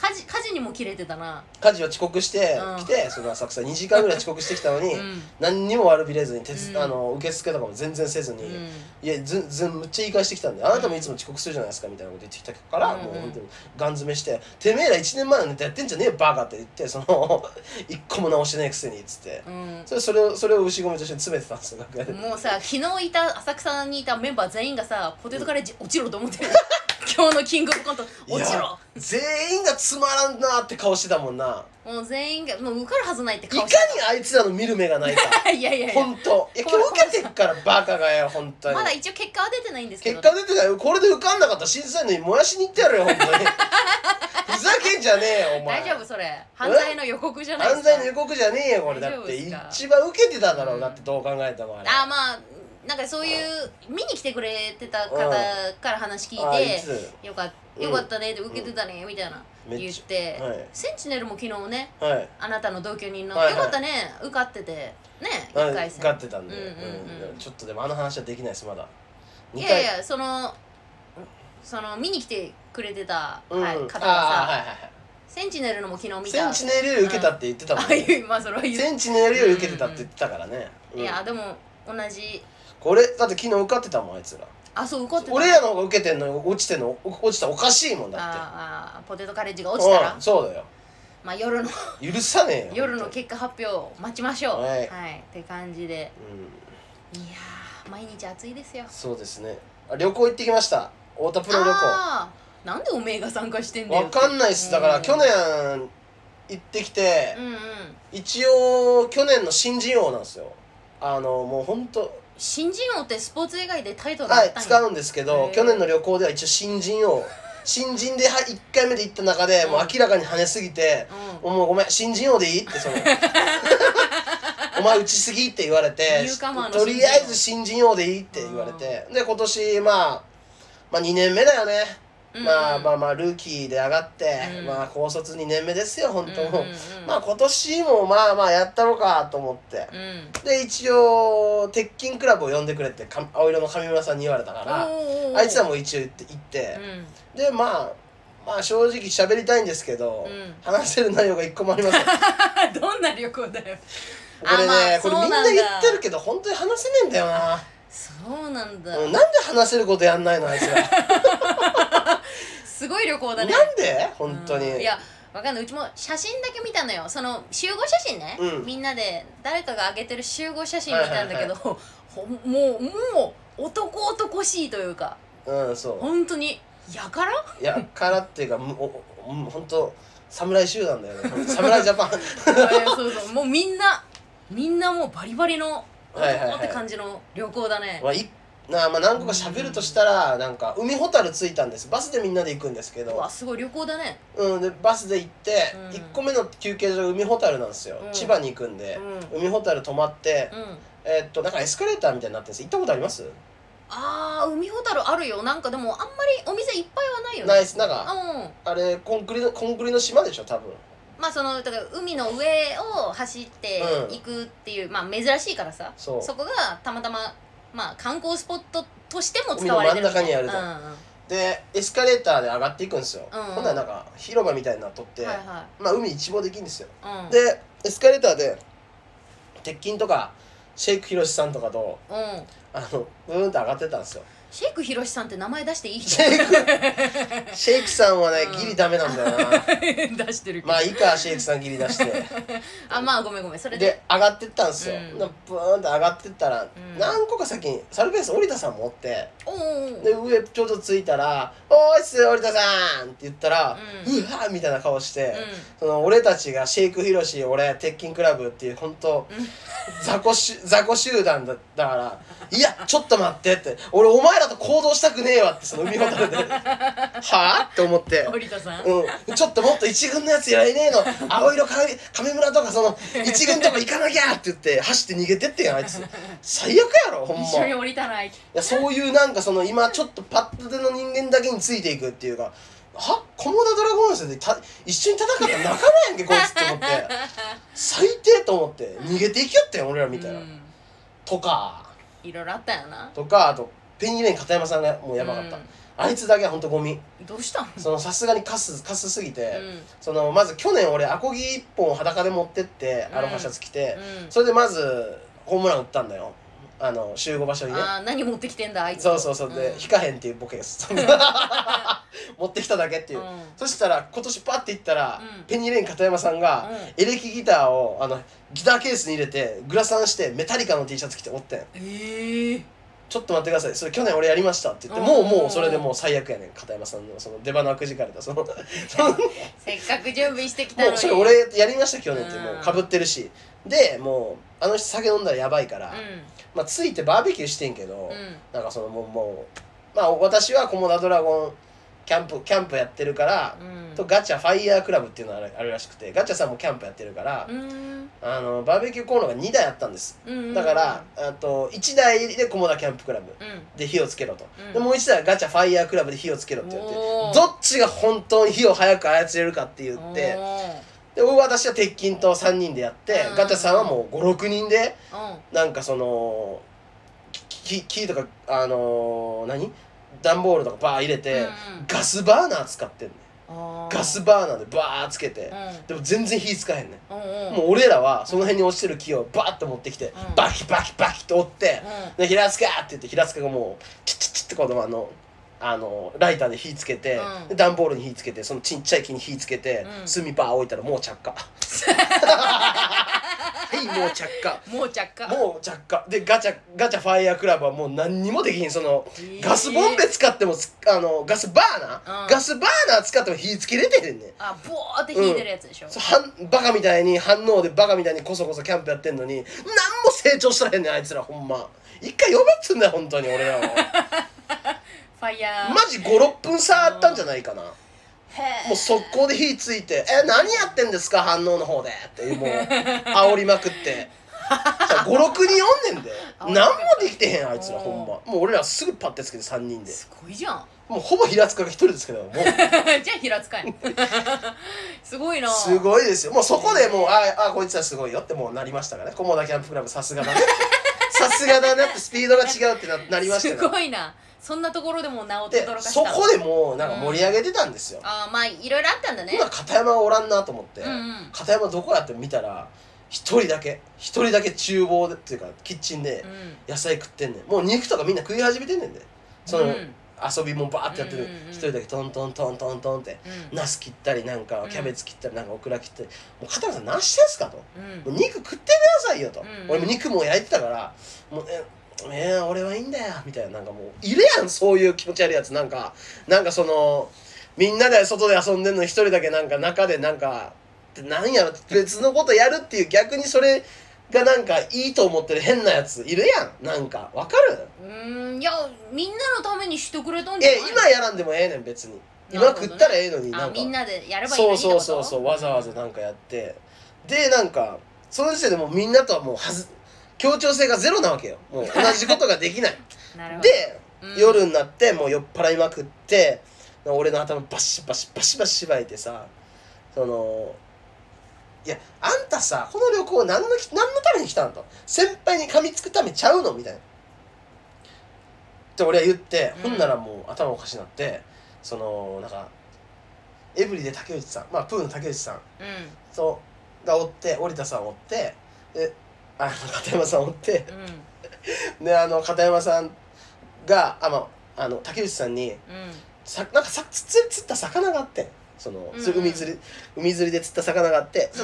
[SPEAKER 1] 家事家事にも切れてたな
[SPEAKER 2] 家事は遅刻して
[SPEAKER 1] うん
[SPEAKER 2] 来てその浅草2時間ぐらい遅刻してきたのに、
[SPEAKER 1] うん
[SPEAKER 2] 何にも悪びれずに手つ、
[SPEAKER 1] うん
[SPEAKER 2] あの受付とかも全然せずに、
[SPEAKER 1] うん
[SPEAKER 2] いやずずむっちゃ言い返してきたんであなたもいつも遅刻するじゃないですかみたいなこと言ってきたから、
[SPEAKER 1] うんうん
[SPEAKER 2] もう本当にガン詰めして「てめえら1年前のネタやってんじゃねえよバカ」って言ってその <laughs> 一個も直してないくせにっつって、
[SPEAKER 1] うん
[SPEAKER 2] それそれをそれを牛込と一緒に詰めてたんですよ楽屋で
[SPEAKER 1] もうさ昨日いた浅草にいたメンバー全員がさポテトカレッジ落ちろと思ってる <laughs> 今日のキングオブコント
[SPEAKER 2] いや
[SPEAKER 1] 落ちろ
[SPEAKER 2] 全員がつまらんなーって顔してたもんな
[SPEAKER 1] もう全員がもう受かるはずないって
[SPEAKER 2] いか
[SPEAKER 1] 顔
[SPEAKER 2] に
[SPEAKER 1] して
[SPEAKER 2] あいつらの見る目がないか
[SPEAKER 1] た <laughs> いやいやいや
[SPEAKER 2] 本当いや今日受けてっからバカがよ本当に
[SPEAKER 1] まだ一応結果は出てないんですけ
[SPEAKER 2] 結
[SPEAKER 1] ど
[SPEAKER 2] 果出てないよこれで受かんなかったら審査員のに燃やしに行ってやるよ本
[SPEAKER 1] <laughs>
[SPEAKER 2] 当にふざけんじゃねえよお前
[SPEAKER 1] 大丈夫それ犯罪の予告じゃないで
[SPEAKER 2] 犯
[SPEAKER 1] すか
[SPEAKER 2] 罪の予告じゃねえよこれだ
[SPEAKER 1] 大丈
[SPEAKER 2] っ
[SPEAKER 1] 夫
[SPEAKER 2] て
[SPEAKER 1] ですか
[SPEAKER 2] 一番受けてただろう、
[SPEAKER 1] うん
[SPEAKER 2] だってどう考えてもあれ
[SPEAKER 1] あーまあなんかそういう見に来てくれてた方
[SPEAKER 2] うん
[SPEAKER 1] から話聞
[SPEAKER 2] あーい
[SPEAKER 1] い
[SPEAKER 2] つ
[SPEAKER 1] てよかっ
[SPEAKER 2] うん
[SPEAKER 1] よかったねって受けてたねみたいな
[SPEAKER 2] めっ
[SPEAKER 1] 言っ
[SPEAKER 2] ち
[SPEAKER 1] て
[SPEAKER 2] はい
[SPEAKER 1] センチネルも昨日ね
[SPEAKER 2] ゃはい
[SPEAKER 1] あなたの同居人の
[SPEAKER 2] はいはい
[SPEAKER 1] よかったね受かっててね
[SPEAKER 2] うん
[SPEAKER 1] 1回戦
[SPEAKER 2] 受かってたんで、
[SPEAKER 1] うんうんうん
[SPEAKER 2] うんちょっとでもあの話はできないですまだ
[SPEAKER 1] い
[SPEAKER 2] 二
[SPEAKER 1] やいやそのその見に来てくれてた
[SPEAKER 2] うん、
[SPEAKER 1] はい方が
[SPEAKER 2] あーは
[SPEAKER 1] さ
[SPEAKER 2] いはいはい
[SPEAKER 1] センチネルのも昨日見
[SPEAKER 2] セ
[SPEAKER 1] た
[SPEAKER 2] ンチネルより受けたって言ってたもん、
[SPEAKER 1] あいうまあそれは言
[SPEAKER 2] センチネルより受けてたって言ってたからね、
[SPEAKER 1] うい
[SPEAKER 2] うん
[SPEAKER 1] やでも同じ
[SPEAKER 2] これだって昨日受かってたもんあいつら
[SPEAKER 1] あそう受かってた
[SPEAKER 2] 俺らの方が受けてんのに落ちてんの落ちたらおかしいもんだって
[SPEAKER 1] あーあーポテトカレッジが落ちたら
[SPEAKER 2] うん、そうだよ
[SPEAKER 1] まあ、夜の
[SPEAKER 2] 許さねえよ
[SPEAKER 1] 夜の
[SPEAKER 2] 本当に
[SPEAKER 1] 結果発表を待ちましょう
[SPEAKER 2] はい
[SPEAKER 1] って感じで
[SPEAKER 2] うん
[SPEAKER 1] いやー毎日暑いですよ
[SPEAKER 2] そうですねあ旅行行ってきました太田プロ旅行
[SPEAKER 1] あーなんでおめえが参加してんだよ
[SPEAKER 2] わかんないっすだから去年行ってきて
[SPEAKER 1] う、んうん
[SPEAKER 2] 一応去年の新人王なんですよあのもうほんと
[SPEAKER 1] 新人王ってスポーツ以外でタイトルあ
[SPEAKER 2] は
[SPEAKER 1] っ
[SPEAKER 2] い
[SPEAKER 1] たんや
[SPEAKER 2] 使うんですけ
[SPEAKER 1] へ
[SPEAKER 2] ど
[SPEAKER 1] ー
[SPEAKER 2] 去年の旅行では一応新人王新人では1回目で行った中でもう明らかに跳ねすぎて「
[SPEAKER 1] う
[SPEAKER 2] もうごめん新人王でいい?」
[SPEAKER 1] <laughs>
[SPEAKER 2] ってそのお前打ちすぎって言われて
[SPEAKER 1] ニューカマーの新人王
[SPEAKER 2] とりあえず新人王でいいって言われてで今年まあまあ2年目だよね
[SPEAKER 1] ん
[SPEAKER 2] まあまあまあルーキーで上がって、
[SPEAKER 1] うん
[SPEAKER 2] まあ高卒2年目ですよ本当もう、
[SPEAKER 1] うんうんうん
[SPEAKER 2] まあ今年もまあまあやったのかと思って
[SPEAKER 1] うん
[SPEAKER 2] で一応鉄筋クラブを呼んでくれってか青色の上村さんに言われたから
[SPEAKER 1] おー
[SPEAKER 2] あいつらも一応言って行って、でまあまあ正直喋りたいんですけど、
[SPEAKER 1] うん
[SPEAKER 2] 話せる内容が一個もあり
[SPEAKER 1] <laughs>
[SPEAKER 2] ませんこ
[SPEAKER 1] うんどんな旅行だよ
[SPEAKER 2] れね、
[SPEAKER 1] あまあ
[SPEAKER 2] これみんな
[SPEAKER 1] そうなん
[SPEAKER 2] 言
[SPEAKER 1] だ
[SPEAKER 2] ってるけど本当に話せねえんだ
[SPEAKER 1] <laughs>
[SPEAKER 2] よな、
[SPEAKER 1] そうなんだ <laughs>
[SPEAKER 2] うん、なんで話せることやんないのあいつら
[SPEAKER 1] すごい旅旅行だね
[SPEAKER 2] なんで本当に、
[SPEAKER 1] うんいやわかんないうちも写真だけ見たのよその集合写真ね、
[SPEAKER 2] うん
[SPEAKER 1] みんなで誰かが上げてる集合写真見たんだけど、ほんもうもう男男しいというか
[SPEAKER 2] うんそ
[SPEAKER 1] 本当にやから
[SPEAKER 2] ういやからっていうかむおおうん本当侍集団だよね侍ジャパ
[SPEAKER 1] <laughs>
[SPEAKER 2] ン
[SPEAKER 1] そう
[SPEAKER 2] <laughs>
[SPEAKER 1] そうもうみんなみんなもうバリバリの
[SPEAKER 2] はいはいはい
[SPEAKER 1] 男って感じの旅行だね、
[SPEAKER 2] まあいなあまあ何個か喋るとしたらなんか海ほたる着いたんですバスでみんなで行くんですけ
[SPEAKER 1] う
[SPEAKER 2] ど
[SPEAKER 1] わすごい旅行だね
[SPEAKER 2] うん、でバスで行って、
[SPEAKER 1] うん
[SPEAKER 2] 1個目の休憩所が海ほたるなんですよ、
[SPEAKER 1] うん
[SPEAKER 2] 千葉に行くんで
[SPEAKER 1] う、ん、うん、
[SPEAKER 2] 海ほたる泊まって、えーっとなんかエスカレーターみたいになってるんです行ったことあります、
[SPEAKER 1] あー海ほたるあるよなんかでもあんまりお店いっぱいはないよね
[SPEAKER 2] ないですなんか
[SPEAKER 1] うん
[SPEAKER 2] あれコンクリのコンクリの島でしょ多分
[SPEAKER 1] まあそのだから海の上を走っていくっていう、まあ珍しいからさ
[SPEAKER 2] そう
[SPEAKER 1] こがたまたま、まあ、観光スポットとしても使われてる
[SPEAKER 2] 海の真ん中にあると
[SPEAKER 1] うんうんは
[SPEAKER 2] でエスカレーターで上がっていくんですよ、
[SPEAKER 1] うん
[SPEAKER 2] ほんならなんか広場みたいになっとって、
[SPEAKER 1] いは
[SPEAKER 2] まあ海一望できるんですよ、
[SPEAKER 1] い、うん、
[SPEAKER 2] でエスカレーターで鉄筋とかシェイクヒロシさんとかと
[SPEAKER 1] うん、
[SPEAKER 2] あのブーンと上がってたんです
[SPEAKER 1] <laughs>
[SPEAKER 2] よ
[SPEAKER 1] シェイクひろしさんって名前出していい人
[SPEAKER 2] シェイクシェイクさんはね、
[SPEAKER 1] うん
[SPEAKER 2] ギリダメなんだよな
[SPEAKER 1] <laughs> 出してるけど、
[SPEAKER 2] まあいいかシェイクさんギリ出して
[SPEAKER 1] あまあごめんごめんそれで
[SPEAKER 2] で上がってったんですよ、
[SPEAKER 1] うん
[SPEAKER 2] でブーンと上がってったら、
[SPEAKER 1] うん
[SPEAKER 2] 何個か先にサルベース織田さんもおって
[SPEAKER 1] おうおうおう
[SPEAKER 2] で上ちょうど着いたら「おーいっす織田さん!」って言ったら「
[SPEAKER 1] う
[SPEAKER 2] うんわー!」みたいな顔して、その俺たちがシェイクヒロシ俺鉄筋クラブっていう本当
[SPEAKER 1] うん
[SPEAKER 2] 雑魚し雑魚集団だだから「いやちょっと待って」って「俺お前らと行動したくねえわ」ってその海ほたるで「はあ?」って思って
[SPEAKER 1] うん。織田さん、
[SPEAKER 2] うん、ちょっともっと一軍のやつやらいねえの青色か亀村と
[SPEAKER 1] <laughs>
[SPEAKER 2] かその一軍とか行かなきゃって言って走って逃げてってんやあいつ最悪やろほん
[SPEAKER 1] 一緒
[SPEAKER 2] ま
[SPEAKER 1] に
[SPEAKER 2] い
[SPEAKER 1] 降りたない
[SPEAKER 2] やそういうなんかその今ちょっとパッと出の人間だけについていくっていうかはコモダドラゴンズでた一緒に戦ったら仲間やんけこいつって思って最低と思って逃げていきよってん俺らみたいな、
[SPEAKER 1] うん
[SPEAKER 2] とか
[SPEAKER 1] いろいろあったよな
[SPEAKER 2] とかあとペンギレン片山さんがもうやばかった、
[SPEAKER 1] う
[SPEAKER 2] あいつだけはほんとゴミ
[SPEAKER 1] んどうしたの
[SPEAKER 2] そのさすがにカスカスすぎて、
[SPEAKER 1] うんうん
[SPEAKER 2] そのまず去年俺アコギ1本を裸で持ってって
[SPEAKER 1] うん
[SPEAKER 2] アロハシャツ着て、それでまずホームラン打ったんだよあの集合場所にね
[SPEAKER 1] ああ何持ってきてんだあいつ
[SPEAKER 2] そうそうそうで、引かへんっていうボケです
[SPEAKER 1] <laughs>
[SPEAKER 2] 持ってきただけっていう、
[SPEAKER 1] うん
[SPEAKER 2] そしたら今年パッて行ったら、
[SPEAKER 1] うん
[SPEAKER 2] ペニーレン片山さんが、エレキギターをあのギターケースに入れてグラサンしてメタリカの T シャツ着ておってん
[SPEAKER 1] ええ
[SPEAKER 2] ちょっと待ってくださいそれ去年俺やりましたって言って、
[SPEAKER 1] うん
[SPEAKER 2] もうもうそれでもう最悪やねん片山さんのその出花くじかれたそのその
[SPEAKER 1] せっかく準備してきたの
[SPEAKER 2] も
[SPEAKER 1] に
[SPEAKER 2] うそれ俺やりました去年って
[SPEAKER 1] うん
[SPEAKER 2] もうかぶってるしでもうあの人酒飲んだらやばいから、まあついてバーベキューしてんけど、
[SPEAKER 1] うんうん
[SPEAKER 2] なんかそのもうもうまあ私はコモダドラゴンキャンプキャンプやってるから、
[SPEAKER 1] うん
[SPEAKER 2] とガチャファイヤークラブっていうのがあるあるらしくてガチャさんもキャンプやってるから、
[SPEAKER 1] うん
[SPEAKER 2] あのバーベキューコーナーが2台あったんです
[SPEAKER 1] うん
[SPEAKER 2] だから、あと1台でコモダキャンプクラブ
[SPEAKER 1] うん
[SPEAKER 2] で火をつけろと、
[SPEAKER 1] うん
[SPEAKER 2] でもう1台はガチャファイヤークラブで火をつけろって言って
[SPEAKER 1] おー
[SPEAKER 2] どっちが本当に火を早く操れるかって言
[SPEAKER 1] お
[SPEAKER 2] って。
[SPEAKER 1] ー
[SPEAKER 2] で私は鉄筋と3人でやって、
[SPEAKER 1] うん
[SPEAKER 2] ガチャさんはもう56人で
[SPEAKER 1] うん
[SPEAKER 2] なんかその木木とかあのー何段ボールとかバー入れて、
[SPEAKER 1] うんうん
[SPEAKER 2] ガスバーナー使ってんね
[SPEAKER 1] あー
[SPEAKER 2] ガスバーナーでバーつけて、
[SPEAKER 1] う
[SPEAKER 2] でも全然火つかへんね、
[SPEAKER 1] んうんうん
[SPEAKER 2] ん、もう俺らはその辺に落ちてる木をバーッと持ってきて、
[SPEAKER 1] うん
[SPEAKER 2] バキバキバキと折って、
[SPEAKER 1] う
[SPEAKER 2] で平塚って言って平塚がもうチッチッチッってこのあのあのライターで火つけて、
[SPEAKER 1] うん
[SPEAKER 2] で段ボールに火つけてそのちっちゃい木に火つけて、
[SPEAKER 1] うん
[SPEAKER 2] 炭バー置いたらもう着
[SPEAKER 1] <laughs>
[SPEAKER 2] 火はいもう着火
[SPEAKER 1] んもう着火
[SPEAKER 2] もう着火でガチャガチャファイヤークラブはもう何にもできひんその
[SPEAKER 1] えー
[SPEAKER 2] ガスボンベ使ってもつあのガスバーナー、
[SPEAKER 1] うん
[SPEAKER 2] ガスバーナー使っても火つけれてへんねん
[SPEAKER 1] あボーって引いてるやつでしょ
[SPEAKER 2] そうはんバカみたいに反応でバカみたいにこそこそキャンプやってんのに何も成長したらへんねんあいつらほんま一回呼ばっつんだよ本当に俺らを
[SPEAKER 1] <laughs> ファイヤー
[SPEAKER 2] マジ56分差あったんじゃないかなも
[SPEAKER 1] へ
[SPEAKER 2] う速攻で火ついて「え何やってんですか反応の方で」ってもう煽りまくって56人おんねんで
[SPEAKER 1] 煽
[SPEAKER 2] 何
[SPEAKER 1] りまくって
[SPEAKER 2] もできてへんあいつらほんまもう俺らすぐパッてつけて3人
[SPEAKER 1] え
[SPEAKER 2] です
[SPEAKER 1] ごいじゃん <laughs>
[SPEAKER 2] もうほぼ平塚が1人ですけどもう
[SPEAKER 1] じゃあ平塚い <laughs> すごいな
[SPEAKER 2] すごいですよもうそこでもうああこいつはすごいよってもうなりましたからねコモダキャンプクラブさすがだね
[SPEAKER 1] <laughs>
[SPEAKER 2] さすがだねってスピードが違うってななりました
[SPEAKER 1] す
[SPEAKER 2] から
[SPEAKER 1] ごいなそんなところでもなおて
[SPEAKER 2] で
[SPEAKER 1] どろかした
[SPEAKER 2] そこでもうなんか盛り上げてたんですよ、
[SPEAKER 1] ああまあいろいろあったんだね
[SPEAKER 2] 今片山がおらんなと思って、
[SPEAKER 1] うんうん
[SPEAKER 2] 片山どこやって見たら一人だけ一人だけ厨房でっていうかキッチンで
[SPEAKER 1] うん
[SPEAKER 2] 野菜食ってんねんもう肉とかみんな食い始めてんねんでその、
[SPEAKER 1] うん
[SPEAKER 2] 遊びもバーってやってる、
[SPEAKER 1] うんうんうん
[SPEAKER 2] 一人だけトントントントントンって
[SPEAKER 1] うん
[SPEAKER 2] ナス切ったりなんか
[SPEAKER 1] うん
[SPEAKER 2] キャベツ切ったりなんかオクラ切ったり「もう片山さん何してんすか?」と「もう肉食ってくださいよ」と、
[SPEAKER 1] うん
[SPEAKER 2] 俺も肉もう焼いてたから「もうええー俺はいいんだよ」みたいななんかもういるやんそういう気持ち悪いやつなんかなんかそのみんなで外で遊んでんのに一人だけなんか中でなんかなんやろ別のことやるっていう逆にそれがなんかいいと思ってる変なやついるやんなんかわかる
[SPEAKER 1] うんうんいやみんなのためにしてくれたんじゃな
[SPEAKER 2] え
[SPEAKER 1] いの
[SPEAKER 2] 今やらんでもええねん別に今
[SPEAKER 1] なるほどね
[SPEAKER 2] 食ったらええのになん
[SPEAKER 1] あ
[SPEAKER 2] か
[SPEAKER 1] みんなでやればいいの
[SPEAKER 2] そ
[SPEAKER 1] に
[SPEAKER 2] う
[SPEAKER 1] ってこ
[SPEAKER 2] そう
[SPEAKER 1] と
[SPEAKER 2] そうそうわざわざなんかやってでなんかその時点でもうみんなとはもうはず協調性がゼロなわけよもう同じことができない
[SPEAKER 1] <laughs> なるほど
[SPEAKER 2] で、
[SPEAKER 1] うん
[SPEAKER 2] 夜になってもう酔っ払いまくって俺の頭バシバシバシバシばいてさそのいやあんたさこの旅行何のき何のために来たんと先輩に噛みつくためちゃうのみたいなって俺は言って、
[SPEAKER 1] うん
[SPEAKER 2] ほんならもう頭おかしなってそのなんかエブリで竹内さんまあプーの竹内さん
[SPEAKER 1] う
[SPEAKER 2] とがおって織田さんおってであの片山さんおって
[SPEAKER 1] んうん
[SPEAKER 2] であの片山さんがあ、まあ、あの竹内さんに
[SPEAKER 1] うん
[SPEAKER 2] さなんかさ釣釣った魚があってんその、
[SPEAKER 1] うんうん
[SPEAKER 2] それ海釣り海釣りで釣った魚があって、
[SPEAKER 1] うん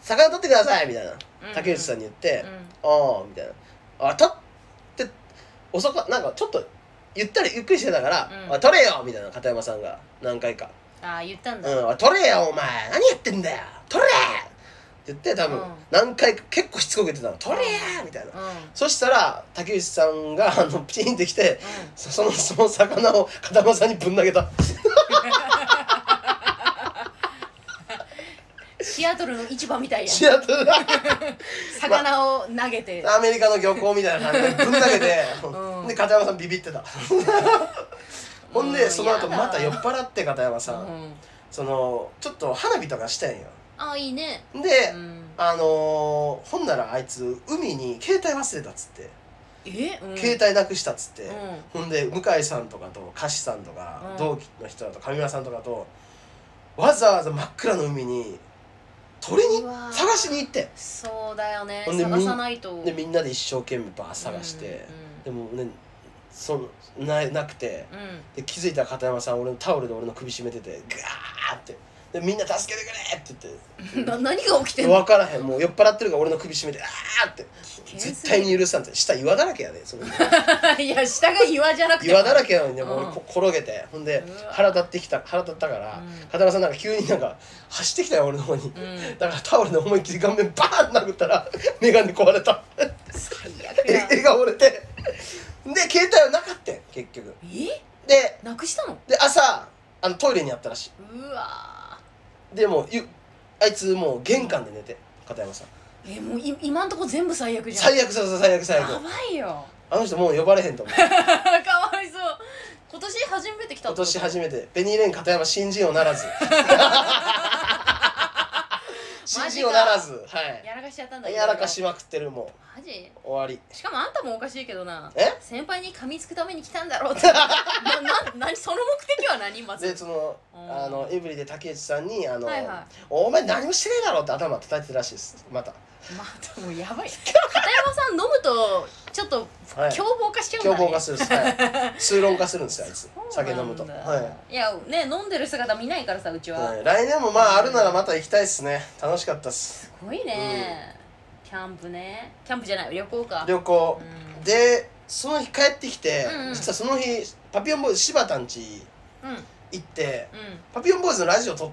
[SPEAKER 2] 魚取ってくださいみたいな
[SPEAKER 1] うん
[SPEAKER 2] 竹内さんに言って
[SPEAKER 1] う
[SPEAKER 2] 「ああ」みたいな「あ取っておそかなんかちょっとゆったりゆっくりしてたから
[SPEAKER 1] う
[SPEAKER 2] 「
[SPEAKER 1] ん
[SPEAKER 2] あ取れよ」みたいな片山さんが何回か
[SPEAKER 1] んああ言ったん
[SPEAKER 2] 「
[SPEAKER 1] だ
[SPEAKER 2] うん、あ取れよお前何やってんだよ取れ!」って言って多分
[SPEAKER 1] うん
[SPEAKER 2] 何回か結構しつこく言ってたの「取れや!」みたいな
[SPEAKER 1] うんうん
[SPEAKER 2] そしたら竹内さんがあのピチンってきてそそのその魚を片山さんにぶん投
[SPEAKER 1] <laughs>
[SPEAKER 2] げた。
[SPEAKER 1] シアトルの市場みたいや
[SPEAKER 2] シアトル
[SPEAKER 1] 魚を投げて
[SPEAKER 2] アメリカの漁港みたいな感じでぶん投げて、
[SPEAKER 1] うん
[SPEAKER 2] で片山さんビビっ
[SPEAKER 1] <laughs>
[SPEAKER 2] てたほん
[SPEAKER 1] う
[SPEAKER 2] で
[SPEAKER 1] ん
[SPEAKER 2] その後
[SPEAKER 1] やだ
[SPEAKER 2] また酔っ払って片山さん、
[SPEAKER 1] うん
[SPEAKER 2] そのちょっと花火とかしたんよ
[SPEAKER 1] あいいね
[SPEAKER 2] で、
[SPEAKER 1] うん
[SPEAKER 2] あのーほんならあいつ海に携帯忘れたっつって、
[SPEAKER 1] えうん
[SPEAKER 2] 携帯なくしたっつって、
[SPEAKER 1] うん
[SPEAKER 2] ほんで向井さんとかと菓子さんとか、
[SPEAKER 1] うん
[SPEAKER 2] 同期の人だと上村さんとかとわざわざ真っ暗の海に鳥に
[SPEAKER 1] うわー
[SPEAKER 2] 探しに行って
[SPEAKER 1] そうだよね
[SPEAKER 2] ほんでみん
[SPEAKER 1] 探さないと
[SPEAKER 2] でみんなで一生懸命バー探して。でもねそのななくて
[SPEAKER 1] うんうんうん
[SPEAKER 2] で気づいたら片山さん俺のタオルで俺の首絞めててガーってでみんな助けてくれって
[SPEAKER 1] <laughs>
[SPEAKER 2] 言っ
[SPEAKER 1] な何が起き
[SPEAKER 2] て
[SPEAKER 1] てんの
[SPEAKER 2] 分からへんもう酔っ払ってるから俺の首絞めてあーって
[SPEAKER 1] 険すぎる
[SPEAKER 2] 絶対に許さんって下岩だらけやで、その
[SPEAKER 1] <laughs> いや下が岩じゃなくて
[SPEAKER 2] 岩だらけなのにねもう
[SPEAKER 1] うん
[SPEAKER 2] 俺こ転げてほんで
[SPEAKER 1] うわ
[SPEAKER 2] 腹立ってきた腹立ったから、
[SPEAKER 1] うん
[SPEAKER 2] 片山さんなんか急になんか走ってきたよ俺の方に、
[SPEAKER 1] ん
[SPEAKER 2] だからタオルで思いっきり顔面バーン殴ったら <laughs> 眼鏡壊れた
[SPEAKER 1] 最悪
[SPEAKER 2] <laughs>
[SPEAKER 1] や
[SPEAKER 2] 絵が折れてで携帯はなかったん結局
[SPEAKER 1] え
[SPEAKER 2] で
[SPEAKER 1] なくしたの
[SPEAKER 2] で朝あのトイレにあったらし
[SPEAKER 1] うわ
[SPEAKER 2] いでもうゆあいつもう玄関で寝て片山さん
[SPEAKER 1] ーえもうい今んとこ全部最悪じゃん
[SPEAKER 2] 最悪そうそう最悪最
[SPEAKER 1] や
[SPEAKER 2] 悪
[SPEAKER 1] ばい
[SPEAKER 2] <laughs>
[SPEAKER 1] よ
[SPEAKER 2] あの人もう呼ばれへんと思う
[SPEAKER 1] かわいそう今年初めて来た
[SPEAKER 2] 今年初
[SPEAKER 1] め
[SPEAKER 2] めてベニーレン片山新人を
[SPEAKER 1] <laughs>
[SPEAKER 2] ならず新人をならずは
[SPEAKER 1] やらかしちゃったんだ
[SPEAKER 2] いやらかしまくってるも
[SPEAKER 1] マジ
[SPEAKER 2] う終わり
[SPEAKER 1] しかもあんたもおかしいけどな
[SPEAKER 2] え
[SPEAKER 1] 先輩に噛みつくために来たんだろ
[SPEAKER 2] <laughs>
[SPEAKER 1] うってな <laughs> な何その目的は何まず
[SPEAKER 2] でその
[SPEAKER 1] うん
[SPEAKER 2] あのエブリで竹内さんにあの、
[SPEAKER 1] はいはい
[SPEAKER 2] お前何もしてねえだろ」って頭叩いてるらしいですまた
[SPEAKER 1] まあでもや
[SPEAKER 2] <laughs>
[SPEAKER 1] ばい片山さん飲むとちょっと
[SPEAKER 2] はい
[SPEAKER 1] 凶暴化しちゃうんだ
[SPEAKER 2] 凶
[SPEAKER 1] ね
[SPEAKER 2] 暴化するんで
[SPEAKER 1] <laughs>
[SPEAKER 2] す、はい、通論化するんですよあいつ
[SPEAKER 1] そう
[SPEAKER 2] 酒
[SPEAKER 1] なんだ
[SPEAKER 2] 飲むとはい
[SPEAKER 1] いやね飲んでる姿見ないからさうちは、
[SPEAKER 2] はい来年もまああるならまた行きたいっすね楽しかったっす
[SPEAKER 1] すごいね、キャンプねキャンプじゃない旅行か
[SPEAKER 2] 旅行
[SPEAKER 1] うん
[SPEAKER 2] でその日帰ってきて、
[SPEAKER 1] うんうん
[SPEAKER 2] 実はその日パピオンボーイズ柴田んち
[SPEAKER 1] うんうん
[SPEAKER 2] 行ってパピオンボーイズのラジオと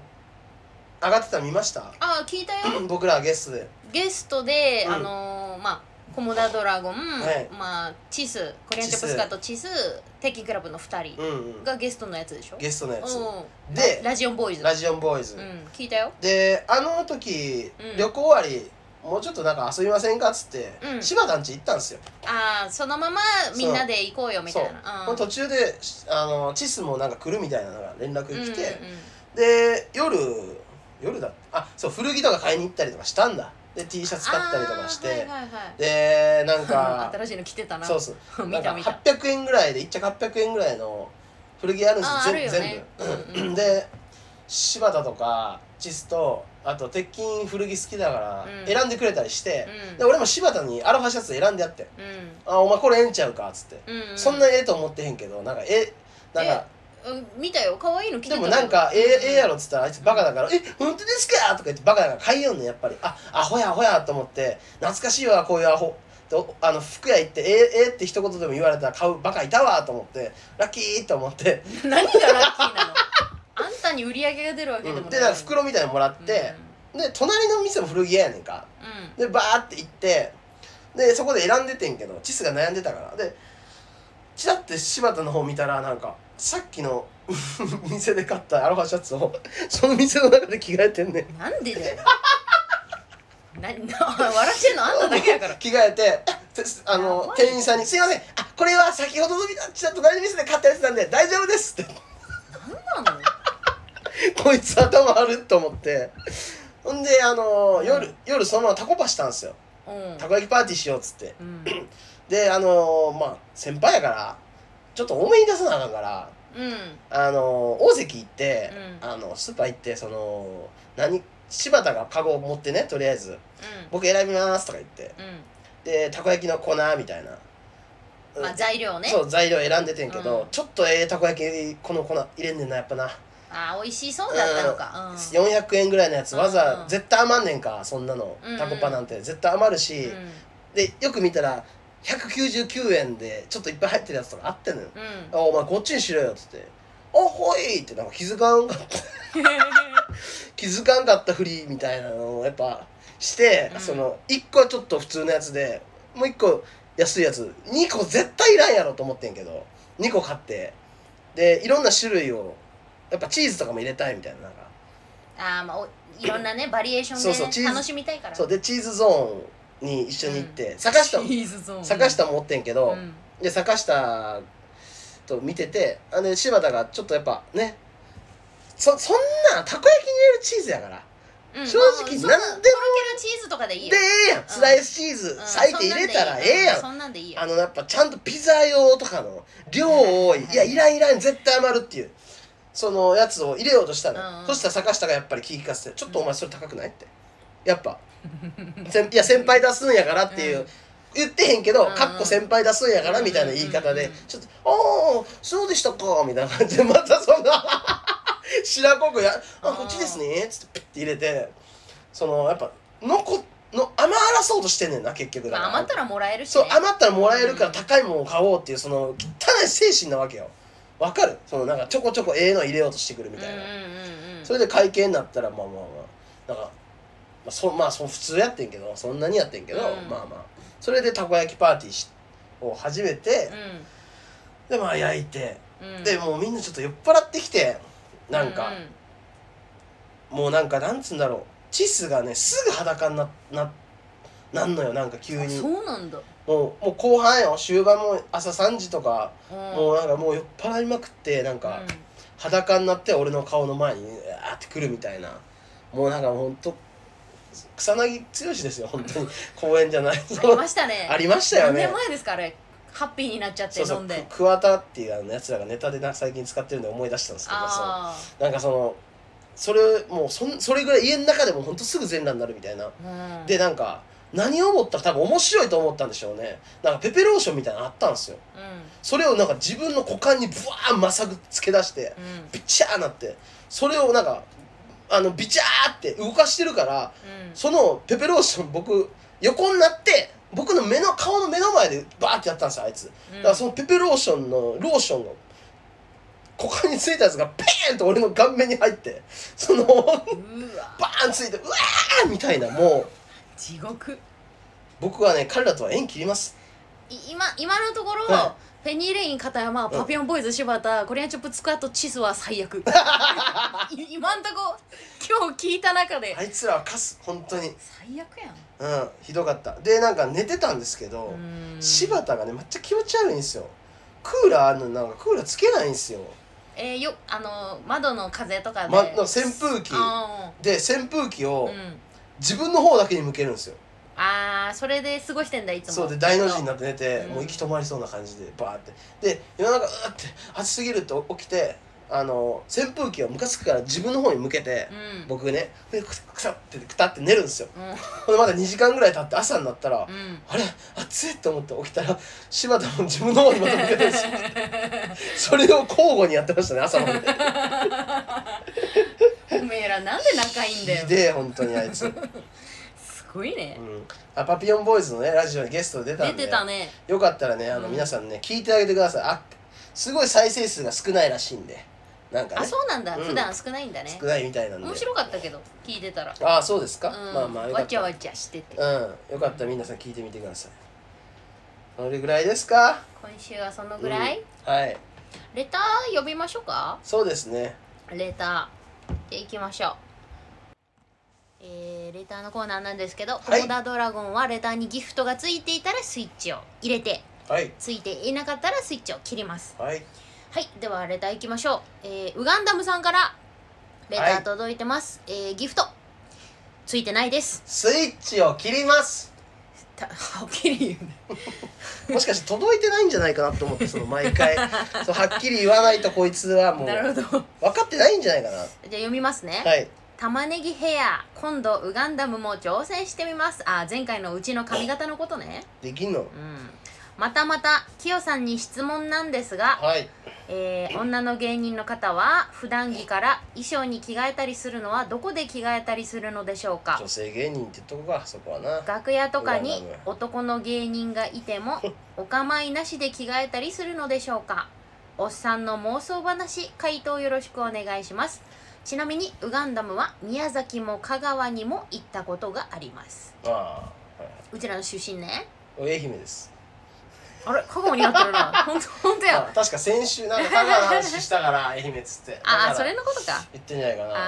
[SPEAKER 2] 上がってたの見ました
[SPEAKER 1] あ
[SPEAKER 2] <clears throat>
[SPEAKER 1] あ聞いたよ
[SPEAKER 2] 僕らゲストで
[SPEAKER 1] ゲストで、
[SPEAKER 2] うん
[SPEAKER 1] あのーまあコモダドラゴン、
[SPEAKER 2] はい
[SPEAKER 1] まあチスコリアンチョップスカートチステキクラブの2人
[SPEAKER 2] うんうん
[SPEAKER 1] がゲストのやつでしょ
[SPEAKER 2] ゲストのやつ
[SPEAKER 1] うん
[SPEAKER 2] で
[SPEAKER 1] ララジオンボーイズ
[SPEAKER 2] ラジオンボーイズ、
[SPEAKER 1] うん聞いたよ
[SPEAKER 2] であの時、
[SPEAKER 1] うん
[SPEAKER 2] 旅行終わりもうちょっとなんか遊びませんかっつって、
[SPEAKER 1] うん
[SPEAKER 2] 柴田んち行ったんですよ
[SPEAKER 1] ああそのままみんなで行こうよみ
[SPEAKER 2] そ
[SPEAKER 1] た
[SPEAKER 2] う
[SPEAKER 1] いな、
[SPEAKER 2] も
[SPEAKER 1] う
[SPEAKER 2] うん途中であのチスもなんか来るみたいなのが連絡来て、
[SPEAKER 1] うんうんうん
[SPEAKER 2] で夜夜だあそう古着とか買いに行ったりとかしたんだで T シャツ買ったりとかして、
[SPEAKER 1] あーはいはいはい
[SPEAKER 2] でな
[SPEAKER 1] <laughs>
[SPEAKER 2] んか
[SPEAKER 1] 新しいの着てたな
[SPEAKER 2] そうそ
[SPEAKER 1] <laughs>
[SPEAKER 2] う
[SPEAKER 1] 見た
[SPEAKER 2] なん
[SPEAKER 1] 見
[SPEAKER 2] か
[SPEAKER 1] た
[SPEAKER 2] 800円ぐらいで1着800円ぐらいの古着あるんです
[SPEAKER 1] あー
[SPEAKER 2] 全
[SPEAKER 1] あるよね
[SPEAKER 2] 全部、
[SPEAKER 1] うんうん
[SPEAKER 2] で柴田とかチスとあと鉄筋古着好きだから
[SPEAKER 1] うん
[SPEAKER 2] 選んでくれたりして、
[SPEAKER 1] うん
[SPEAKER 2] で俺も柴田にアロハシャツ選んでやって
[SPEAKER 1] うん
[SPEAKER 2] 「あお前これええんちゃうか」っつって、
[SPEAKER 1] うんうん
[SPEAKER 2] そんなええと思ってへんけどなんかえなんか
[SPEAKER 1] うん見たよ可愛いの着て
[SPEAKER 2] で
[SPEAKER 1] た
[SPEAKER 2] もなんか、ええええやろっつったらあいつバカだから「え本当ですか?」とか言ってバカだから買いよんねんやっぱりあアホやアホやと思って懐かしいわこういうアホとあの服屋行って「ええええって一言でも言われたら買うバカいたわと思ってラッキーと思って、
[SPEAKER 1] 何がラッキーなのあんたに売り上げが出るわけでも
[SPEAKER 2] う
[SPEAKER 1] ない、
[SPEAKER 2] んでなんか袋みたいのもらって、で隣の店も古着屋やねんかでバーって行ってでそこで選んでてんけどチスが悩んでたからでチラッて柴田の方見たらなんかさっきの <laughs> 店で買ったアロハシャツをその店の中で着替えてんねん
[SPEAKER 1] うん、なんでだよなな笑ってんのあんただけやから
[SPEAKER 2] 着替えててあ
[SPEAKER 1] や
[SPEAKER 2] の
[SPEAKER 1] ばい
[SPEAKER 2] 店員さんに「すいませんあこれは先ほどのちょっと隣の店で買ったやつなんで大丈夫です」って
[SPEAKER 1] 何なの
[SPEAKER 2] こいつ頭あると思ってほんであの夜、
[SPEAKER 1] うん
[SPEAKER 2] 夜そのままタコパしたんですよ
[SPEAKER 1] うん
[SPEAKER 2] たこ焼きパーティーしようっつって
[SPEAKER 1] うん
[SPEAKER 2] であのまあ先輩やからちょっと多めに出さなあかんから
[SPEAKER 1] うん
[SPEAKER 2] あの大関行って、
[SPEAKER 1] う
[SPEAKER 2] あのスーパー行ってその何柴田がカゴを持ってねとりあえず「僕選びます」とか言って
[SPEAKER 1] うん
[SPEAKER 2] でたこ焼きの粉みたいな、
[SPEAKER 1] うんまあ材料ね
[SPEAKER 2] そう材料選んでてんけど、
[SPEAKER 1] うん
[SPEAKER 2] ちょっとええたこ焼きこの粉入れんねんなやっぱな、
[SPEAKER 1] あー美味しそうだったのかうん
[SPEAKER 2] 400円ぐらいのやつわざ、
[SPEAKER 1] うん
[SPEAKER 2] 絶対余んねんかそんなの、
[SPEAKER 1] うんうん
[SPEAKER 2] タコパなんて絶対余るし、
[SPEAKER 1] うん
[SPEAKER 2] でよく見たら199円でちょっといっぱい入ってるやつとかあってんのよ
[SPEAKER 1] うん
[SPEAKER 2] 「あお前こっちにしろよ」っつって「あほい!」ってなんか気づかんかった気づかんかったふりみたいなのをやっぱして、
[SPEAKER 1] うん
[SPEAKER 2] その1個はちょっと普通のやつでもう1個安いやつ2個絶対いらんやろと思ってんけど2個買ってでいろんな種類をやっぱチーズとかも入れたいみたいななんか
[SPEAKER 1] <laughs> あーまあおいろんなねバリエーション
[SPEAKER 2] そうそうチ
[SPEAKER 1] でね
[SPEAKER 2] ーズ
[SPEAKER 1] 楽しみたいから
[SPEAKER 2] そうでチーズゾーンに一緒に行って、坂下も
[SPEAKER 1] チーズゾーン
[SPEAKER 2] 坂下もおってんけど、
[SPEAKER 1] うん
[SPEAKER 2] で坂下と見ててあで柴田がちょっとやっぱねそそんなたこ焼きに入れるチーズやから、
[SPEAKER 1] うん
[SPEAKER 2] 正直
[SPEAKER 1] まあまあそ
[SPEAKER 2] なんでも
[SPEAKER 1] とろけるチーズとかでいい
[SPEAKER 2] で
[SPEAKER 1] よ
[SPEAKER 2] ええやんスライスチーズ
[SPEAKER 1] うん
[SPEAKER 2] 裂いて入れたらええやん
[SPEAKER 1] そんなんでいいよ
[SPEAKER 2] あのやっぱちゃんとピザ用とかの量多いいやいらんいらん絶対余るっていうそのやつを入れようとしたの、
[SPEAKER 1] うん
[SPEAKER 2] そしたら坂下がやっぱり気ぃ利かせて「ちょっとお前それ高くない?」ってやっぱ先いや先輩出すんやからっていう、
[SPEAKER 1] うん
[SPEAKER 2] 言ってへんけど
[SPEAKER 1] うん
[SPEAKER 2] 「かっこ先輩出すんやから」みたいな言い方で、
[SPEAKER 1] うん
[SPEAKER 2] ちょっと「ああそうでしたか」みたいな感じでまたそんな白子が「あこっちですね」っつってピッて入れてそのやっぱ残っの余らそうとしてんねんな結局だ
[SPEAKER 1] ま
[SPEAKER 2] か
[SPEAKER 1] あ
[SPEAKER 2] ら
[SPEAKER 1] 余ったらもらえるし
[SPEAKER 2] そう
[SPEAKER 1] ね
[SPEAKER 2] 余ったらもらえるから
[SPEAKER 1] うん
[SPEAKER 2] 高いものを買おうっていうその汚い精神なわけよわかるそのなんかちょこちょこええの入れようとしてくるみたいな、
[SPEAKER 1] うんうんうん
[SPEAKER 2] それで会計になったらまあまあまあなんか、まあ、そまあそ普通やってんけどそんなにやってんけど、
[SPEAKER 1] うん
[SPEAKER 2] まあまあそれでたこ焼きパーティーしを始めて、でまあ焼いて、
[SPEAKER 1] うんうん
[SPEAKER 2] でもうみんなちょっと酔っ払ってきてなんか、もうなんかなんつうんだろうチスがねすぐ裸になななんのよなんか急
[SPEAKER 1] うんうんあ
[SPEAKER 2] に
[SPEAKER 1] そうなんだ
[SPEAKER 2] もうもう後半よ終盤も朝3時とかも
[SPEAKER 1] も
[SPEAKER 2] うなんかもう酔っ払いまくってなんか裸になって俺の顔の前にうわーってくるみたいなもうなんかほんと草薙剛ですよ本当に公園じゃない
[SPEAKER 1] <laughs> ありましたね
[SPEAKER 2] <laughs> ありましたよ
[SPEAKER 1] 何
[SPEAKER 2] ね
[SPEAKER 1] 年前ですかあれハッピーになっちゃって
[SPEAKER 2] そうそ
[SPEAKER 1] 飲
[SPEAKER 2] うん
[SPEAKER 1] で
[SPEAKER 2] く桑田っていうあのやつらがネタでな最近使ってるのを思い出したんですけどそ
[SPEAKER 1] あ
[SPEAKER 2] うなんかそのそれもうそんそれぐらい家の中でもほんとすぐ全裸になるみたいな
[SPEAKER 1] あ
[SPEAKER 2] でなんか何を思ったか多分面白いと思ったんでしょうねなんかペペローションみたいなのあったんですよ
[SPEAKER 1] うん
[SPEAKER 2] それをなんか自分の股間にブワーンまさぐつけ出して
[SPEAKER 1] うんうん
[SPEAKER 2] ビチャーなってそれをなんかあのビチャーって動かしてるから
[SPEAKER 1] うん
[SPEAKER 2] そのペペローション僕横になって僕の目の顔の目の前でバーってやったんですよあいつだからそのペペローションのローションが股間についたやつがペーンと俺の顔面に入ってそのバ
[SPEAKER 1] うわ
[SPEAKER 2] ーンついてうわーみたいなもう
[SPEAKER 1] 地獄
[SPEAKER 2] 僕はね彼らとは縁切ります
[SPEAKER 1] い今今のところ、
[SPEAKER 2] は
[SPEAKER 1] ペニーレイン片山パピオンボーイズ柴田、コリアンチョップスクワットチスは最
[SPEAKER 2] <laughs>
[SPEAKER 1] 悪い今んとこ今日聞いた中で、
[SPEAKER 2] あいつらはカス本当にうん
[SPEAKER 1] 最悪やん
[SPEAKER 2] ひどかったでなんか寝てたんですけど、
[SPEAKER 1] うん
[SPEAKER 2] 柴田がねめっちゃ気持ち悪いんですよクーラーあるのになんかクーラーつけないんですよ、
[SPEAKER 1] えー、よあの窓の風とかで、
[SPEAKER 2] ま、なんか扇風機
[SPEAKER 1] あ
[SPEAKER 2] で扇風機
[SPEAKER 1] ー
[SPEAKER 2] を
[SPEAKER 1] うん
[SPEAKER 2] 自分の方だけに向けるんですよ、
[SPEAKER 1] あーそれで過ごしてんだいつも
[SPEAKER 2] そうで大の字になって寝て、
[SPEAKER 1] うん
[SPEAKER 2] もう息止まりそうな感じでバーってで夜中うーって暑すぎるって起きてあの扇風機をムカつくから自分の方に向けて、
[SPEAKER 1] うん
[SPEAKER 2] 僕ねでくくさってくたって寝るんですよ
[SPEAKER 1] うん
[SPEAKER 2] ほんでまだ2時間ぐらい経って朝になったら、
[SPEAKER 1] うん
[SPEAKER 2] あれ暑いと思って起きたら柴田も自分の方にまた向けて
[SPEAKER 1] <laughs>
[SPEAKER 2] るんですよそれを交互にやってましたね朝まで
[SPEAKER 1] おめえらなんで仲いいんだ
[SPEAKER 2] ひ
[SPEAKER 1] よ
[SPEAKER 2] でえ本当に
[SPEAKER 1] <laughs>
[SPEAKER 2] あいつ、うん、
[SPEAKER 1] すごいね
[SPEAKER 2] あパピオンボーイズのねラジオにゲストで出た
[SPEAKER 1] 出
[SPEAKER 2] んで
[SPEAKER 1] てたね
[SPEAKER 2] よかったらねあの
[SPEAKER 1] うん
[SPEAKER 2] 皆さんね聞いてあげてくださいあすごい再生数が少ないらしいんでなんか
[SPEAKER 1] あ
[SPEAKER 2] ね
[SPEAKER 1] そうなんだ
[SPEAKER 2] うん
[SPEAKER 1] 普段少ないんだね
[SPEAKER 2] 少ないみたいなんで
[SPEAKER 1] 面白かったけど聞いてたら
[SPEAKER 2] ああそうですか、
[SPEAKER 1] うん
[SPEAKER 2] まあまあよか
[SPEAKER 1] わ
[SPEAKER 2] っ
[SPEAKER 1] ちゃ
[SPEAKER 2] た
[SPEAKER 1] わちゃしてて
[SPEAKER 2] うんよかったら皆さん聞いてみてくださいそれぐらいですか
[SPEAKER 1] 今週はそのぐらい、
[SPEAKER 2] うんはい
[SPEAKER 1] レター読みましょうか
[SPEAKER 2] そうですね
[SPEAKER 1] レターでいきましょうえー、レターのコーナーなんですけど「コ
[SPEAKER 2] はい
[SPEAKER 1] モダドラゴン」はレターにギフトがついていたらスイッチを入れて
[SPEAKER 2] はい
[SPEAKER 1] ついていなかったらスイッチを切ります
[SPEAKER 2] はい
[SPEAKER 1] はいではレターいきましょう、えー、ウガンダムさんからレタ
[SPEAKER 2] は
[SPEAKER 1] ー
[SPEAKER 2] い
[SPEAKER 1] 届いてます、えー、ギフトついてないです
[SPEAKER 2] スイッチを切ります
[SPEAKER 1] た <laughs> はっきり言うね
[SPEAKER 2] もしかして届いてないんじゃないかなと思ってその
[SPEAKER 1] <laughs>
[SPEAKER 2] 毎回そうはっきり言わないとこいつはもう
[SPEAKER 1] なるほど
[SPEAKER 2] 分かってないんじゃないかな
[SPEAKER 1] じゃあ読みますね、
[SPEAKER 2] はい
[SPEAKER 1] 玉ねぎヘア今度ウガンダムも挑戦してみますあ前回のうちの髪型のことね
[SPEAKER 2] できんの
[SPEAKER 1] うんまたまたキヨさんに質問なんですが、
[SPEAKER 2] はい
[SPEAKER 1] えー女の芸人の方は普段着から衣装に着替えたりするのはどこで着替えたりするのでしょうか
[SPEAKER 2] 女性芸人ってとこかそこはな
[SPEAKER 1] 楽屋とか
[SPEAKER 2] う
[SPEAKER 1] に
[SPEAKER 2] わうわう
[SPEAKER 1] 男の芸人がいて
[SPEAKER 2] <laughs>
[SPEAKER 1] もお構いなしで着替えたりするのでしょうかおっさんの妄想話回答よろしくお願いしますちなみにウガンダムは宮崎も香川にも行ったことがあります
[SPEAKER 2] ああ、は
[SPEAKER 1] うちらの出身ね
[SPEAKER 2] い、愛媛です
[SPEAKER 1] あれ香川になってるな本当本当
[SPEAKER 2] あ
[SPEAKER 1] や
[SPEAKER 2] 確か先週なんか香川の話したから <laughs> 愛媛っつって
[SPEAKER 1] ああ
[SPEAKER 2] だか
[SPEAKER 1] そ
[SPEAKER 2] ら
[SPEAKER 1] れのことか
[SPEAKER 2] 言ってんじゃないかな
[SPEAKER 1] あーあ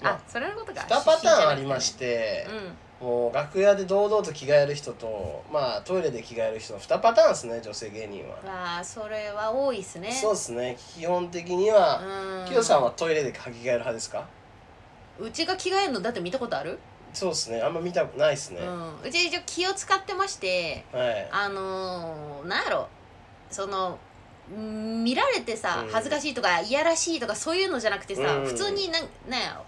[SPEAKER 1] ー
[SPEAKER 2] ま
[SPEAKER 1] あ
[SPEAKER 2] あ
[SPEAKER 1] あそれのことか
[SPEAKER 2] 2パターンありましてて
[SPEAKER 1] う、ん
[SPEAKER 2] もう楽屋で堂々と着替える人とまあトイレで着替える人の2パターンですね女性芸人は、
[SPEAKER 1] あーそれは多いですね
[SPEAKER 2] そうですね基本的には、
[SPEAKER 1] うん
[SPEAKER 2] きよさんはトイレで着替える派ですか
[SPEAKER 1] うちが着替えるのだって見たことある
[SPEAKER 2] そうですねあんま見たことないですね、
[SPEAKER 1] うん、うち一応気を使ってまして
[SPEAKER 2] はい
[SPEAKER 1] あのー、なんやろそのん見られてさ
[SPEAKER 2] うん
[SPEAKER 1] 恥ずかしいとかいやらしいとかそういうのじゃなくてさ、
[SPEAKER 2] うん
[SPEAKER 1] 普通になんなんやろ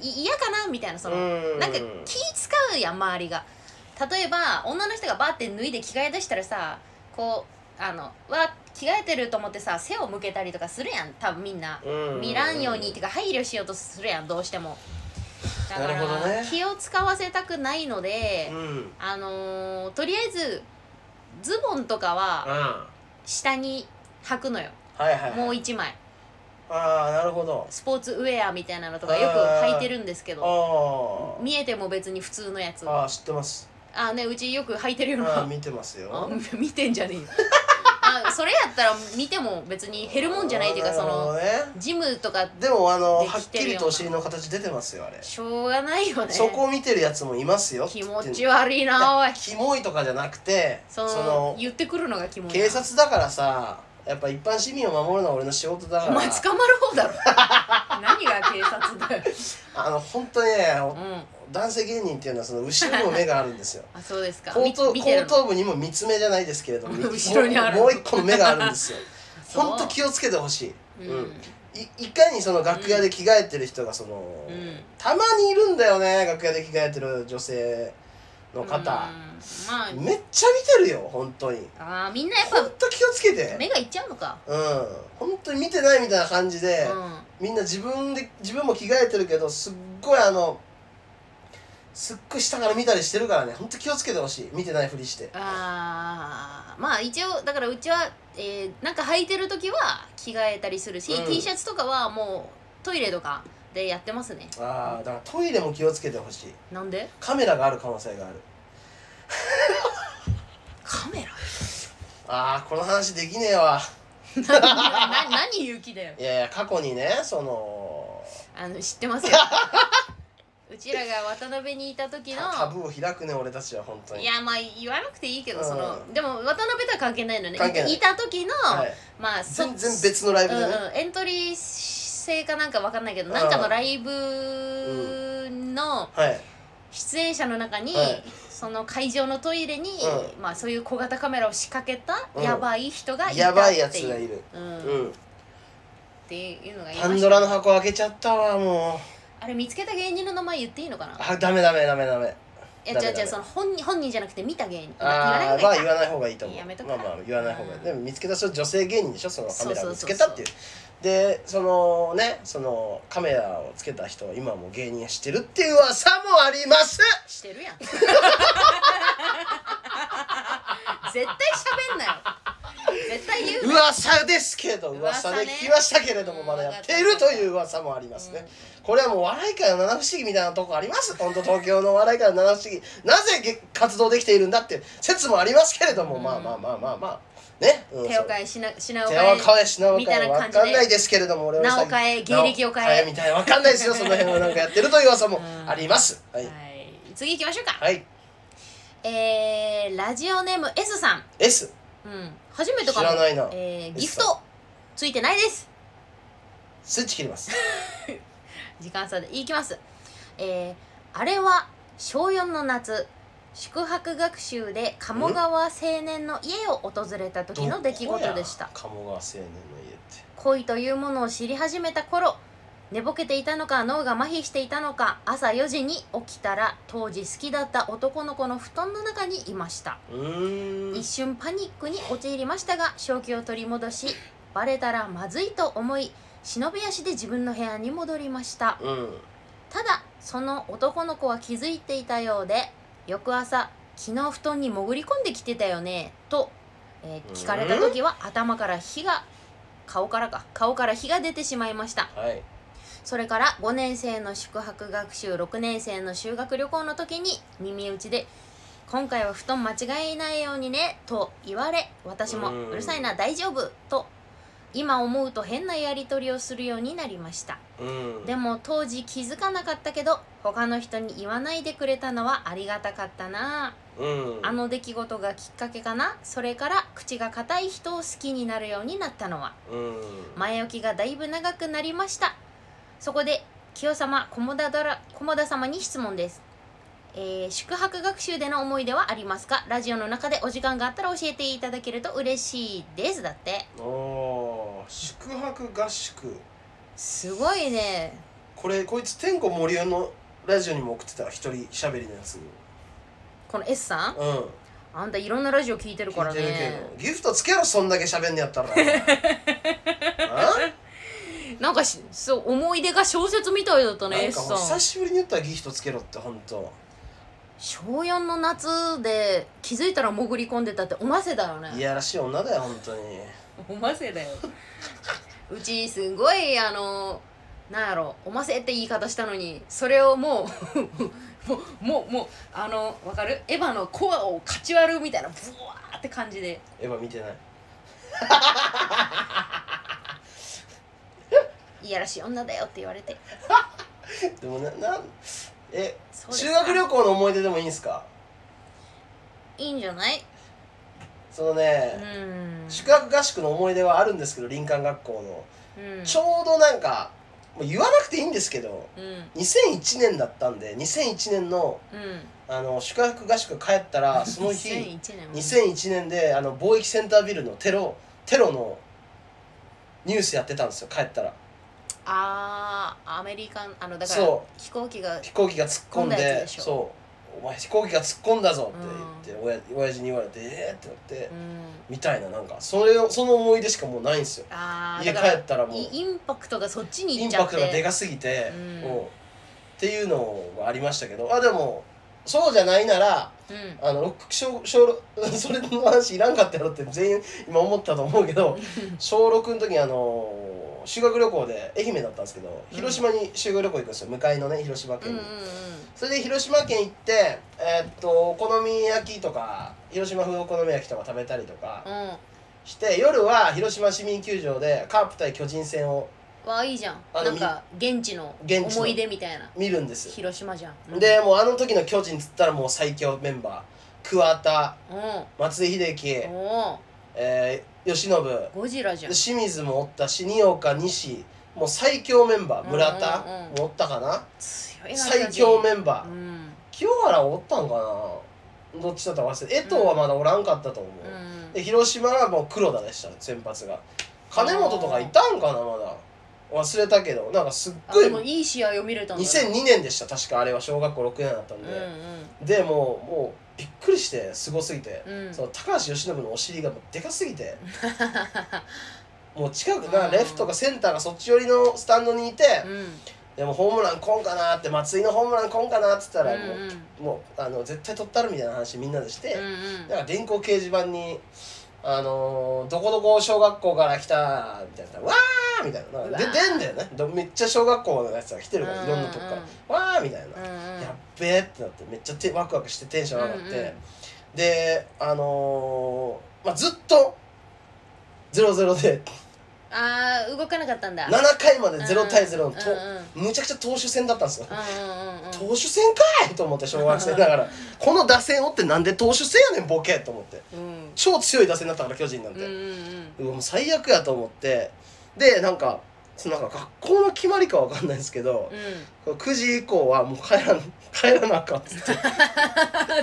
[SPEAKER 1] い嫌かなみたいなその、
[SPEAKER 2] うん
[SPEAKER 1] なんか気使うやん周りが例えば女の人がバーって脱いで着替え出したらさこうあのわ着替えてると思ってさ背を向けたりとかするやん多分みんな
[SPEAKER 2] うん
[SPEAKER 1] 見らんようにっていうか配慮しようとするやんどうしてもだから
[SPEAKER 2] なるほどね
[SPEAKER 1] 気を使わせたくないので
[SPEAKER 2] うん、うん
[SPEAKER 1] あのーとりあえずズボンとかは
[SPEAKER 2] は
[SPEAKER 1] 下に履くのよ
[SPEAKER 2] いはい
[SPEAKER 1] もう一枚
[SPEAKER 2] ああなるほど
[SPEAKER 1] スポーツウェアみたいなのとかよく履いてるんですけど
[SPEAKER 2] あ
[SPEAKER 1] 見えても別に普通のやつ
[SPEAKER 2] あああ知ってます
[SPEAKER 1] あねうちよく履いてるよう
[SPEAKER 2] ああ
[SPEAKER 1] な
[SPEAKER 2] 見てますよ
[SPEAKER 1] あ見てんじゃねえよあそれやったら見ても別に減るもんじゃないっていうかそ
[SPEAKER 2] あー
[SPEAKER 1] の
[SPEAKER 2] なるほどね
[SPEAKER 1] ジムとか
[SPEAKER 2] でもあの
[SPEAKER 1] で
[SPEAKER 2] はっ
[SPEAKER 1] きて
[SPEAKER 2] き
[SPEAKER 1] るような
[SPEAKER 2] りとお尻の形出てますよあれ
[SPEAKER 1] しょうがないよね
[SPEAKER 2] そこを見てるやつもいますよ
[SPEAKER 1] 気持
[SPEAKER 2] い
[SPEAKER 1] ち悪いなおい
[SPEAKER 2] やキモいとかじゃなくて
[SPEAKER 1] その言ってくるのが気持ち
[SPEAKER 2] 警察だからさやっぱ一般市民を守るのは俺の仕事だ
[SPEAKER 1] お
[SPEAKER 2] から
[SPEAKER 1] 前捕まる方だろ <laughs> 何が警察だよ、
[SPEAKER 2] あの本当にね
[SPEAKER 1] う
[SPEAKER 2] お
[SPEAKER 1] ん、
[SPEAKER 2] 男性芸人っていうのはその後ろにも目があるんですよ
[SPEAKER 1] あそうですか
[SPEAKER 2] 後
[SPEAKER 1] み
[SPEAKER 2] 頭
[SPEAKER 1] 見てる
[SPEAKER 2] 後
[SPEAKER 1] の
[SPEAKER 2] 頭部にも三つ目じゃないですけれども
[SPEAKER 1] <laughs> 後ろにある
[SPEAKER 2] もうもう一個の目があるんですよ
[SPEAKER 1] そう
[SPEAKER 2] 本当気をつけてほしい、
[SPEAKER 1] うん
[SPEAKER 2] うんいいかにその楽屋で着替えてる人がその、
[SPEAKER 1] うん
[SPEAKER 2] たまにいるんだよね楽屋で着替えてる女性の
[SPEAKER 1] うん
[SPEAKER 2] 方、
[SPEAKER 1] まあ
[SPEAKER 2] めっちゃ見てるよ本当に
[SPEAKER 1] あーみんなやっ
[SPEAKER 2] 本
[SPEAKER 1] ぱ
[SPEAKER 2] 当気をつけて
[SPEAKER 1] 目がいっちゃうのか
[SPEAKER 2] うん本当に見てないみたいな感じ
[SPEAKER 1] う
[SPEAKER 2] で、
[SPEAKER 1] ん
[SPEAKER 2] みんな自分で自分も着替えてるけどすっごいあのすっごい下から見たりしてるからね本当気をつけてほしい見てないふりして
[SPEAKER 1] あーまあ一応だからうちは、えーなんか履いてる時は着替えたりするし、
[SPEAKER 2] うん
[SPEAKER 1] T シャツとかはもうトイレとかでやってますね
[SPEAKER 2] ああだからトイレも気をつけてほしい
[SPEAKER 1] なんで
[SPEAKER 2] カメラがある可能性がある
[SPEAKER 1] カメラ
[SPEAKER 2] ああこの話できねえわ
[SPEAKER 1] な何勇気だよ
[SPEAKER 2] いやいや過去にねその
[SPEAKER 1] あの知って
[SPEAKER 2] <laughs>
[SPEAKER 1] ますようちらが渡辺にいた時の
[SPEAKER 2] タタブーを開くね俺たちは本当に
[SPEAKER 1] いやまあ言わなくていいけど、
[SPEAKER 2] うん
[SPEAKER 1] そのでも渡辺とは関係ないのね
[SPEAKER 2] 関係ない
[SPEAKER 1] いた時の、
[SPEAKER 2] はい、
[SPEAKER 1] まあそ
[SPEAKER 2] 全然別のライブ
[SPEAKER 1] うん
[SPEAKER 2] で
[SPEAKER 1] う
[SPEAKER 2] ね、
[SPEAKER 1] ん、エントリー制かなんかわかんないけど、
[SPEAKER 2] うん
[SPEAKER 1] なんかのライブの
[SPEAKER 2] はい
[SPEAKER 1] 出演者の中に、
[SPEAKER 2] はい
[SPEAKER 1] その会場のトイレに、
[SPEAKER 2] う
[SPEAKER 1] まあそういう小型カメラを仕掛けた
[SPEAKER 2] うん
[SPEAKER 1] やばい人がいたっていう、
[SPEAKER 2] やばいやつがいる
[SPEAKER 1] うん
[SPEAKER 2] うん
[SPEAKER 1] っていうのがいま
[SPEAKER 2] パン
[SPEAKER 1] し
[SPEAKER 2] ド
[SPEAKER 1] た
[SPEAKER 2] ラの箱開けちゃったわも
[SPEAKER 1] あれ見つけた芸人の名前言っていいのかな
[SPEAKER 2] うあダメダメダメダメ
[SPEAKER 1] え
[SPEAKER 2] ダ
[SPEAKER 1] じ
[SPEAKER 2] メ
[SPEAKER 1] ゃあじゃあ
[SPEAKER 2] ダメ
[SPEAKER 1] その本人本人じゃなくて見た芸人言わない
[SPEAKER 2] あ
[SPEAKER 1] 方
[SPEAKER 2] あ
[SPEAKER 1] が
[SPEAKER 2] まあ
[SPEAKER 1] いいか
[SPEAKER 2] 言わない方がいいと思
[SPEAKER 1] やめと
[SPEAKER 2] う
[SPEAKER 1] く
[SPEAKER 2] まあまあ言わない方が
[SPEAKER 1] う
[SPEAKER 2] い
[SPEAKER 1] ん
[SPEAKER 2] いでも見つけた人女性芸人でしょそのカメラ
[SPEAKER 1] そ
[SPEAKER 2] を
[SPEAKER 1] う
[SPEAKER 2] 見つ
[SPEAKER 1] そうそう
[SPEAKER 2] け
[SPEAKER 1] そ
[SPEAKER 2] た
[SPEAKER 1] う
[SPEAKER 2] っていうでそのねそのカメラをつけた人は今もう芸人してるっていう噂もあります
[SPEAKER 1] してるやん絶 <laughs> 対喋んなよ絶対言うなよ
[SPEAKER 2] 噂ですけど
[SPEAKER 1] 噂
[SPEAKER 2] 噂
[SPEAKER 1] ね
[SPEAKER 2] で聞きましたけれどもまだやっているという噂もありますね、これはもう笑い界の七不思議みたいなとこあります本当東京の笑い界の七不思議なぜげ活動できているんだっていう説もありますけれども、
[SPEAKER 1] うん
[SPEAKER 2] まあまあまあまあまあね、うん
[SPEAKER 1] 手を変え品品を
[SPEAKER 2] 手
[SPEAKER 1] 変
[SPEAKER 2] を
[SPEAKER 1] え
[SPEAKER 2] 変え品を
[SPEAKER 1] みた
[SPEAKER 2] 変え
[SPEAKER 1] いな
[SPEAKER 2] わ
[SPEAKER 1] 感じで
[SPEAKER 2] かんないですけれども俺は
[SPEAKER 1] 名を変え芸歴
[SPEAKER 2] <laughs>
[SPEAKER 1] を変え
[SPEAKER 2] 名みたいなわかんないですよその辺はなんかやってるという噂もあります、は
[SPEAKER 1] はいい、次行きましょうか、
[SPEAKER 2] はい
[SPEAKER 1] えー、ラジオネーム S さん、
[SPEAKER 2] S
[SPEAKER 1] うん、初めてかも
[SPEAKER 2] 知らないな
[SPEAKER 1] えー、
[SPEAKER 2] S
[SPEAKER 1] ギフトついてないです
[SPEAKER 2] スイッチ切ります
[SPEAKER 1] 時間差でいきますえー、あれは小4の夏宿泊学習で鴨川青年の家を訪れた時の出来事でした
[SPEAKER 2] どこや鴨川青年の家って
[SPEAKER 1] 恋というものを知り始めた頃寝ぼけていたのか脳が麻痺していたのか朝4時に起きたら当時好きだった男の子の布団の中にいました
[SPEAKER 2] うーん
[SPEAKER 1] 一瞬パニックに陥りましたが正気を取り戻しバレたらまずいと思い忍び足で自分の部屋に戻りました
[SPEAKER 2] うん
[SPEAKER 1] ただその男の子は気づいていたようで翌朝「昨日布団に潜り込んできてたよね」と、えー聞かれた時は頭から火が顔からか顔から火が出てしまいました
[SPEAKER 2] はい
[SPEAKER 1] それから5年生の宿泊学習6年生の修学旅行の時に耳打ちで「今回は布団間違えないようにね」と言われ私も
[SPEAKER 2] う
[SPEAKER 1] 「
[SPEAKER 2] ん
[SPEAKER 1] うるさいな大丈夫」と今思うと変なやり取りをするようになりました
[SPEAKER 2] うん
[SPEAKER 1] でも当時気づかなかったけど他の人に言わないでくれたのはありがたかったな
[SPEAKER 2] うん
[SPEAKER 1] あの出来事がきっかけかなそれから口が硬い人を好きになるようになったのは
[SPEAKER 2] うん
[SPEAKER 1] 前置きがだいぶ長くなりましたそこで清様菰田ドラ菰田様に質問です、えー宿泊学習での思い出はありますかラジオの中でお時間があったら教えていただけると嬉しいですだって
[SPEAKER 2] おー宿泊合宿
[SPEAKER 1] すごいね
[SPEAKER 2] これこいつ天狗森生のラジオにも送ってた一人喋りのやつ
[SPEAKER 1] この S さん
[SPEAKER 2] うん
[SPEAKER 1] あんたいろんなラジオ聞いてるか
[SPEAKER 2] 聞
[SPEAKER 1] ら
[SPEAKER 2] いてる
[SPEAKER 1] ね
[SPEAKER 2] けどギフトつけろそんだけ喋んね
[SPEAKER 1] <laughs>
[SPEAKER 2] やったらあ
[SPEAKER 1] なんかしそう思い出が小説みたいだったね
[SPEAKER 2] なん
[SPEAKER 1] S
[SPEAKER 2] か
[SPEAKER 1] さ
[SPEAKER 2] もう久
[SPEAKER 1] ん
[SPEAKER 2] しぶりに言ったらギフトつけろって本当
[SPEAKER 1] 小4の夏で気づいたら潜り込んでたっておませだよね
[SPEAKER 2] いやらしい女だよ本当に
[SPEAKER 1] おませだようちすごいあのなんやろおませって言い方したのにそれをもう <laughs> もうもうもうあのわかるエヴァのコアをかち割るみたいなブワーって感じで
[SPEAKER 2] エヴァ見てない
[SPEAKER 1] いやらしい女だよって言われて
[SPEAKER 2] でもななんえ
[SPEAKER 1] そうです
[SPEAKER 2] 修
[SPEAKER 1] か
[SPEAKER 2] 学旅行の思い出でもいいんすか
[SPEAKER 1] いいんじゃない
[SPEAKER 2] その
[SPEAKER 1] う
[SPEAKER 2] ね、
[SPEAKER 1] ん、
[SPEAKER 2] 宿泊合宿の思い出はあるんですけど林間学校の
[SPEAKER 1] うん、
[SPEAKER 2] ちょうどなんかもう言わなくていいんですけど
[SPEAKER 1] うん
[SPEAKER 2] 2001年だったんで2001年の
[SPEAKER 1] うん
[SPEAKER 2] あの宿泊合宿帰っ
[SPEAKER 1] <laughs>
[SPEAKER 2] たらその日
[SPEAKER 1] 2001年も
[SPEAKER 2] 2001年であの貿易センタービルのテロテロのニュースやってたんですよ帰ったら
[SPEAKER 1] ああアメリカンあのだから
[SPEAKER 2] そ
[SPEAKER 1] 飛行機が
[SPEAKER 2] 飛行機が突っ込んで
[SPEAKER 1] 飛んだやつでしょ
[SPEAKER 2] そう「お前飛行機が突っ込んだぞ」って言って、親親父に言われて「えー!」ってなって、
[SPEAKER 1] うん
[SPEAKER 2] みたいななんかそれをその思い出しかもうないんですよ
[SPEAKER 1] ああ
[SPEAKER 2] 家
[SPEAKER 1] だ
[SPEAKER 2] 帰
[SPEAKER 1] から
[SPEAKER 2] ったらもう
[SPEAKER 1] イインパクトがそっちに
[SPEAKER 2] イ
[SPEAKER 1] 行っ
[SPEAKER 2] ン
[SPEAKER 1] ちゃ
[SPEAKER 2] パ
[SPEAKER 1] っ
[SPEAKER 2] ク
[SPEAKER 1] て
[SPEAKER 2] トがでかすぎて、
[SPEAKER 1] うん
[SPEAKER 2] もうっていうのがありましたけどあでもそうじゃないなら
[SPEAKER 1] うん
[SPEAKER 2] あの六 <laughs> 小小それの話いらんかったやろって全員今思ったと思うけ
[SPEAKER 1] <laughs>
[SPEAKER 2] ど小6の時にあの修学旅行で愛媛だったんですけど
[SPEAKER 1] うん
[SPEAKER 2] 広島に修学旅行行くんですよ向かいのね広島
[SPEAKER 1] うん
[SPEAKER 2] 県
[SPEAKER 1] う
[SPEAKER 2] に、
[SPEAKER 1] んうん
[SPEAKER 2] それで広島県行ってえーっとお好み焼きとか広島風お好み焼きとか食べたりとか
[SPEAKER 1] うん
[SPEAKER 2] して夜は広島市民球場でカープ対巨人戦を
[SPEAKER 1] わあいいじゃん
[SPEAKER 2] あ
[SPEAKER 1] な
[SPEAKER 2] の
[SPEAKER 1] んか現地の
[SPEAKER 2] 現地の
[SPEAKER 1] 思い出みたいな
[SPEAKER 2] 見るんです
[SPEAKER 1] 広島じゃんうん
[SPEAKER 2] でもうあの時の巨人っつったらもう最強メンバー桑田
[SPEAKER 1] うん
[SPEAKER 2] 松井秀喜、
[SPEAKER 1] お
[SPEAKER 2] えー、慶喜
[SPEAKER 1] ーゴジラじゃん
[SPEAKER 2] 清水もおったし新岡西もう最強メンバー村田
[SPEAKER 1] うんうんうん
[SPEAKER 2] もおったかな、
[SPEAKER 1] 強いな
[SPEAKER 2] 最強メン
[SPEAKER 1] う
[SPEAKER 2] バー、
[SPEAKER 1] ん
[SPEAKER 2] 清原おったんかなどっちだったか忘れて江藤はまだおらんかったと思う、
[SPEAKER 1] うん
[SPEAKER 2] で広島はもう黒田でした先発が金本とかいたんかなまだ忘れたけどなんかすっ
[SPEAKER 1] あ
[SPEAKER 2] ごい
[SPEAKER 1] でもいい試合を見れたんだ
[SPEAKER 2] 2002年でした確かあれは小学校6年だったん
[SPEAKER 1] うん
[SPEAKER 2] で、
[SPEAKER 1] うん
[SPEAKER 2] でもうもうびっくりしてすごすぎて、
[SPEAKER 1] うん
[SPEAKER 2] その高橋由伸のお尻がもうでかすぎてもう近くがレフトかセンターがそっち寄りのスタンドにいて、 <laughs>
[SPEAKER 1] うん
[SPEAKER 2] でもホームランこんかなって松井のホームランこんかなって言ったらもう,、
[SPEAKER 1] うんうん
[SPEAKER 2] もうあの絶対取ったるみたいな話みんなでして、
[SPEAKER 1] うん
[SPEAKER 2] なんか電光掲示板に「あのーどこどこ小学校から来た」みたいな「わー!」みたいななんかで
[SPEAKER 1] うわー
[SPEAKER 2] 出んだよねどめっちゃ小学校のやつが来てるから、
[SPEAKER 1] うん
[SPEAKER 2] いろんなとこから「わー!」みたいな、
[SPEAKER 1] うんうん
[SPEAKER 2] やっべーってなってめっちゃてワクワクしてテンション上がって、
[SPEAKER 1] うんうん
[SPEAKER 2] であのーまあ、ずっと0-0で
[SPEAKER 1] あー動かなかったんだ
[SPEAKER 2] 7回まで0対0のと、
[SPEAKER 1] うんうん
[SPEAKER 2] むちゃくちゃ投手戦だったんですよ、
[SPEAKER 1] うんうんうんうん
[SPEAKER 2] 投手戦かいと思って小学生なが
[SPEAKER 1] <laughs>
[SPEAKER 2] らこの打線をってなんで投手戦やねんボケと思って
[SPEAKER 1] うん
[SPEAKER 2] 超強い打線だったから巨人なんて、
[SPEAKER 1] うんうん
[SPEAKER 2] うわもう最悪やと思ってでなんかそのなんか学校の決まりかわかんないんですけど
[SPEAKER 1] う、ん
[SPEAKER 2] 9時以降はもう帰らん帰らなあかんっつって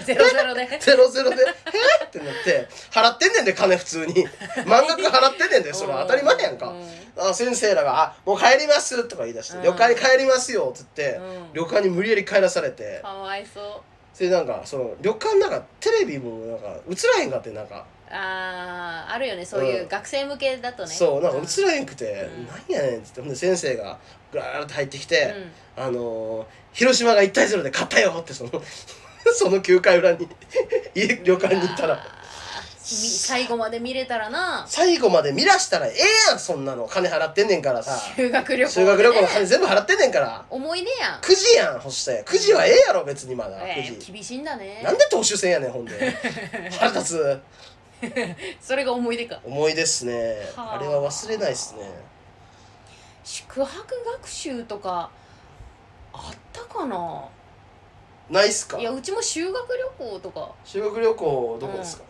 [SPEAKER 1] ゼロゼロで。
[SPEAKER 2] <laughs> ゼロゼロで「えっ?」ってなって払ってんねんで金普通に満額払ってんねんで <laughs> それ当たり前やんか、
[SPEAKER 1] うん
[SPEAKER 2] あ先生らが「あもう帰ります」とか言い出して
[SPEAKER 1] う
[SPEAKER 2] 「
[SPEAKER 1] ん
[SPEAKER 2] 旅館に帰りますよ」っつって、
[SPEAKER 1] うん
[SPEAKER 2] 旅館に無理やり帰らされて
[SPEAKER 1] かわいそう。
[SPEAKER 2] それでなんかその旅館なんかテレビもなんか映らへんかってなんか
[SPEAKER 1] ああ、あるよね、そういううん学生向けだとね。
[SPEAKER 2] そうなんか映らへんくて
[SPEAKER 1] うん
[SPEAKER 2] 「なんやねん」っつってほんで先生がぐらーって入ってき
[SPEAKER 1] う
[SPEAKER 2] て
[SPEAKER 1] ん
[SPEAKER 2] 「あのー広島が1対0で勝ったよ」ってその <laughs> その9回裏に <laughs> 家旅館に行った
[SPEAKER 1] うわ
[SPEAKER 2] ら
[SPEAKER 1] ーみ最後まで見れたらな。
[SPEAKER 2] 最後まで見らしたらええやんそんなの金払ってんねんからさ
[SPEAKER 1] 修学旅行でね。
[SPEAKER 2] 修学旅行の金全部払ってんねんから
[SPEAKER 1] 思い出やん。
[SPEAKER 2] 9時やんほして9時はええやろ別にまだ
[SPEAKER 1] え
[SPEAKER 2] 9
[SPEAKER 1] ー
[SPEAKER 2] 時
[SPEAKER 1] 厳しいんだね
[SPEAKER 2] なんで投手戦やねんほんで
[SPEAKER 1] <laughs>
[SPEAKER 2] 腹立つ
[SPEAKER 1] それが思い出か
[SPEAKER 2] 思い出っすね
[SPEAKER 1] はあ
[SPEAKER 2] あれは忘れないっすね
[SPEAKER 1] 宿泊学習とかあったかな
[SPEAKER 2] ないっすか
[SPEAKER 1] いやうちも修学旅行とか
[SPEAKER 2] 修学旅行どこですか、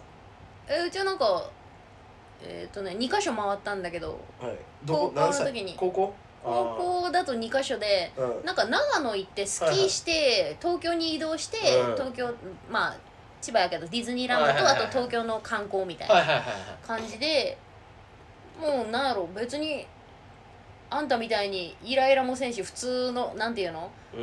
[SPEAKER 1] えーうちはなんかえっ、とね2箇所回ったんだけど
[SPEAKER 2] はいど
[SPEAKER 1] 高
[SPEAKER 2] こ
[SPEAKER 1] 校の
[SPEAKER 2] 何歳
[SPEAKER 1] 時に
[SPEAKER 2] 高校
[SPEAKER 1] 高校だと2箇所で
[SPEAKER 2] あーうん
[SPEAKER 1] なんか長野行ってスキーして東京に移動して
[SPEAKER 2] うん
[SPEAKER 1] 東京まあ千葉やけどディズニーランドと
[SPEAKER 2] は
[SPEAKER 1] あ
[SPEAKER 2] いはいはい
[SPEAKER 1] と東京の観光みたい
[SPEAKER 2] はい
[SPEAKER 1] な
[SPEAKER 2] はいはい
[SPEAKER 1] 感じでもうなんやろ別にあんたみたいにイライラもせんし普通のなんていうの
[SPEAKER 2] はいう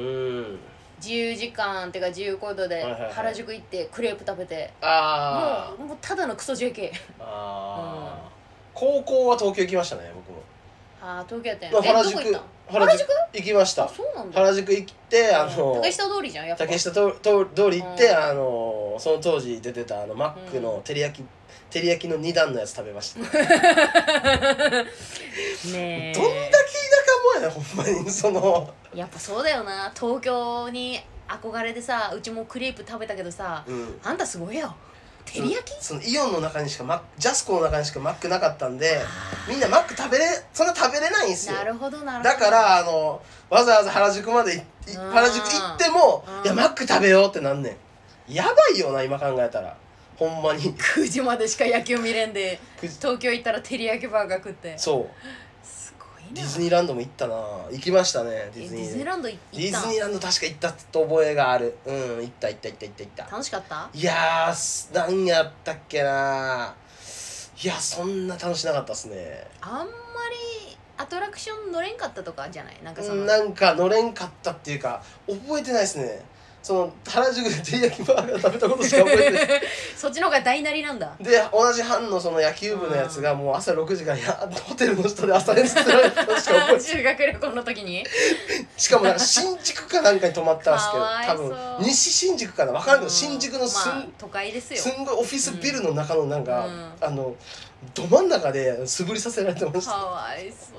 [SPEAKER 2] ん
[SPEAKER 1] 自由時間っていうか自由行動で
[SPEAKER 2] はいはいはい
[SPEAKER 1] 原宿行ってクレープ食べて
[SPEAKER 2] あ
[SPEAKER 1] もうもうただのクソ JK
[SPEAKER 2] ーあー高校は東京行きましたね僕も
[SPEAKER 1] <laughs> ああ東京やったん
[SPEAKER 2] ま
[SPEAKER 1] や
[SPEAKER 2] あ
[SPEAKER 1] えど
[SPEAKER 2] 原
[SPEAKER 1] こ
[SPEAKER 2] 宿
[SPEAKER 1] 行ったん
[SPEAKER 2] 原宿行きまし
[SPEAKER 1] あ
[SPEAKER 2] た
[SPEAKER 1] そうなんだ
[SPEAKER 2] 原宿行ってあの
[SPEAKER 1] 竹下通りじゃんやっぱ
[SPEAKER 2] 竹下通通通り行って、
[SPEAKER 1] うん
[SPEAKER 2] あのその当時出てたあのマックの照り焼き、照り焼きの2段のやつ食べました、
[SPEAKER 1] ねえ
[SPEAKER 2] どんだけ田舎もやねんほん
[SPEAKER 1] <laughs>
[SPEAKER 2] まにその、
[SPEAKER 1] やっぱそうだよな東京に憧れてさうちもクレープ食べたけどさ
[SPEAKER 2] うん、
[SPEAKER 1] あんたすごいよ照り焼き
[SPEAKER 2] そのイオンの中にしかマックジャスコの中にしかマックなかったんでみんなマック食べれそんな食べれないんですよ
[SPEAKER 1] なるほどなるほど
[SPEAKER 2] だからあのわざわざ原宿までいい
[SPEAKER 1] うん
[SPEAKER 2] 原宿行っても
[SPEAKER 1] うん
[SPEAKER 2] いやマック食べようってなんねんやばいよな今考えたらほん
[SPEAKER 1] <laughs>
[SPEAKER 2] まに
[SPEAKER 1] 9時までしか野球見れんで
[SPEAKER 2] くじ
[SPEAKER 1] 東京行ったら照り焼きバーガー食ってす
[SPEAKER 2] そう
[SPEAKER 1] ごい
[SPEAKER 2] デ
[SPEAKER 1] な
[SPEAKER 2] ィズニーランドも行ったな行きましたね
[SPEAKER 1] え
[SPEAKER 2] ディ
[SPEAKER 1] デ
[SPEAKER 2] ズニ
[SPEAKER 1] ィ
[SPEAKER 2] ー
[SPEAKER 1] ズニーランド行っ
[SPEAKER 2] ディ
[SPEAKER 1] た
[SPEAKER 2] ズニーランド確か行ったと覚えがあるうん行った行った行った行った行った
[SPEAKER 1] 楽しかった
[SPEAKER 2] いやーす何やったっけないやそんな楽しなかったっすね
[SPEAKER 1] あんまりアトラクション乗れんかったとかじゃないなんかその
[SPEAKER 2] なんか乗れんかったっていうか覚えてないっすねその原宿で照り焼きバーガー食べたことしか覚えて
[SPEAKER 1] <laughs>
[SPEAKER 2] ない
[SPEAKER 1] そっちの方が大なりなんだ
[SPEAKER 2] で同じ班のその野球部のやつがもう朝6時からやホテルの人で朝練してられたことしか覚えてない
[SPEAKER 1] 修学旅行の時に
[SPEAKER 2] しかもなんか新宿かなんかに泊まったんですけど
[SPEAKER 1] かわい
[SPEAKER 2] 多
[SPEAKER 1] そう
[SPEAKER 2] 分西新宿かな分かんないけ
[SPEAKER 1] う
[SPEAKER 2] ど
[SPEAKER 1] ん
[SPEAKER 2] 新宿のすん,、
[SPEAKER 1] まあ都会ですよ
[SPEAKER 2] すんごいオフィスビルの中のなんか、
[SPEAKER 1] うん
[SPEAKER 2] あのど真ん中で素振りさせられてまし
[SPEAKER 1] か
[SPEAKER 2] た
[SPEAKER 1] わいそう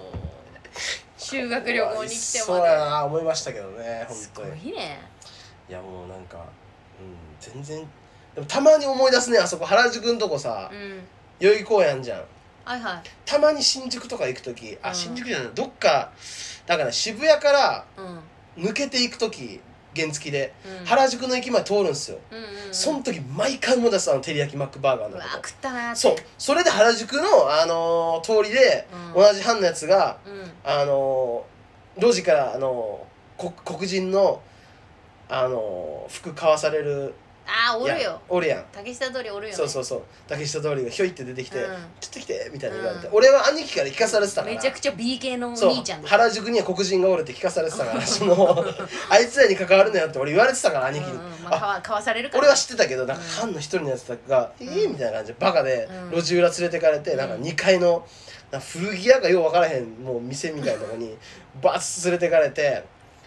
[SPEAKER 1] 修学旅行に来て
[SPEAKER 2] そう
[SPEAKER 1] ま
[SPEAKER 2] や
[SPEAKER 1] で
[SPEAKER 2] な思いましたけどね本
[SPEAKER 1] す
[SPEAKER 2] 当
[SPEAKER 1] ご
[SPEAKER 2] にい
[SPEAKER 1] いね
[SPEAKER 2] やもうなんか、うん、全然でもたまに思い出すねあそこ原宿のとこさ、
[SPEAKER 1] うん
[SPEAKER 2] 代々木公園あんじゃん
[SPEAKER 1] はいはい
[SPEAKER 2] たまに新宿とか行く時あ、
[SPEAKER 1] うん
[SPEAKER 2] 新宿じゃないどっかだから渋谷から
[SPEAKER 1] うん
[SPEAKER 2] 抜けていく時原付で、
[SPEAKER 1] うん
[SPEAKER 2] 原宿の駅前通るんですよ
[SPEAKER 1] うんうんうん
[SPEAKER 2] その時毎回思い出すあの照り焼きマックバーガー
[SPEAKER 1] う
[SPEAKER 2] の
[SPEAKER 1] わ
[SPEAKER 2] こ
[SPEAKER 1] 食ったなーっ
[SPEAKER 2] と
[SPEAKER 1] て
[SPEAKER 2] そうそれで原宿の、あのー通りで
[SPEAKER 1] うん
[SPEAKER 2] 同じ班のやつが、
[SPEAKER 1] うん
[SPEAKER 2] あのー路地から、あのーこ黒人の、あのー服買わされる
[SPEAKER 1] ああお
[SPEAKER 2] い
[SPEAKER 1] る
[SPEAKER 2] や
[SPEAKER 1] よ
[SPEAKER 2] おるやん
[SPEAKER 1] 竹下通りおるよ、ね、
[SPEAKER 2] そうそうそう竹下通りがひょいって出てきて「
[SPEAKER 1] うん
[SPEAKER 2] ちょっと来て」みたいな言われて、
[SPEAKER 1] うん
[SPEAKER 2] 俺は兄貴から聞かされてたから
[SPEAKER 1] めちゃくちゃ BK のお
[SPEAKER 2] そう
[SPEAKER 1] 兄ちゃんだ
[SPEAKER 2] 原宿には黒人がおるって聞かされてたから
[SPEAKER 1] <laughs>
[SPEAKER 2] そのあいつらに関わるなよって俺言われてたから兄貴に、
[SPEAKER 1] うんうんまあ、か
[SPEAKER 2] あ
[SPEAKER 1] わかわされるから
[SPEAKER 2] 俺は知ってたけどなんか
[SPEAKER 1] うん
[SPEAKER 2] 班の一人のやつが「え
[SPEAKER 1] ん
[SPEAKER 2] えみたいな感じでバカで
[SPEAKER 1] うん
[SPEAKER 2] 路地裏連れてかれて、
[SPEAKER 1] うん
[SPEAKER 2] なんか2階のなんか古着屋かよう分からへんもう店みたいなとこにバーッと連れてかれて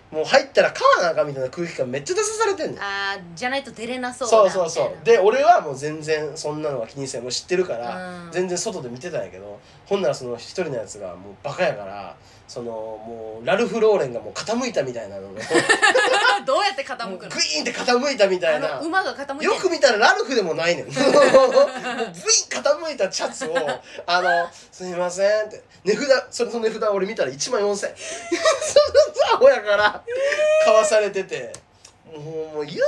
[SPEAKER 2] もう入ったら川なんかみたいな空気感めっちゃ出さされてんねん
[SPEAKER 1] あーじゃないと出れなそうだ
[SPEAKER 2] そうそうそう
[SPEAKER 1] みたい
[SPEAKER 2] で俺はもう全然そんなのは気にせんもう知ってるから、
[SPEAKER 1] うん
[SPEAKER 2] 全然外で見てたんやけどほんならその一人のやつがもうバカやからそのもうラルフ・ローレンがもう傾いたみたいなのね
[SPEAKER 1] などうやって
[SPEAKER 2] も
[SPEAKER 1] 傾
[SPEAKER 2] うグ
[SPEAKER 1] くの
[SPEAKER 2] イーンって傾いたみたいな
[SPEAKER 1] あの馬が傾いてんの
[SPEAKER 2] よく見たらラルフでもないね
[SPEAKER 1] <laughs>
[SPEAKER 2] んもうブイーン傾いたシャツを「あのすみません」って値札それと値札俺見たら1万4000そのアホやから買わされててもうもう言っ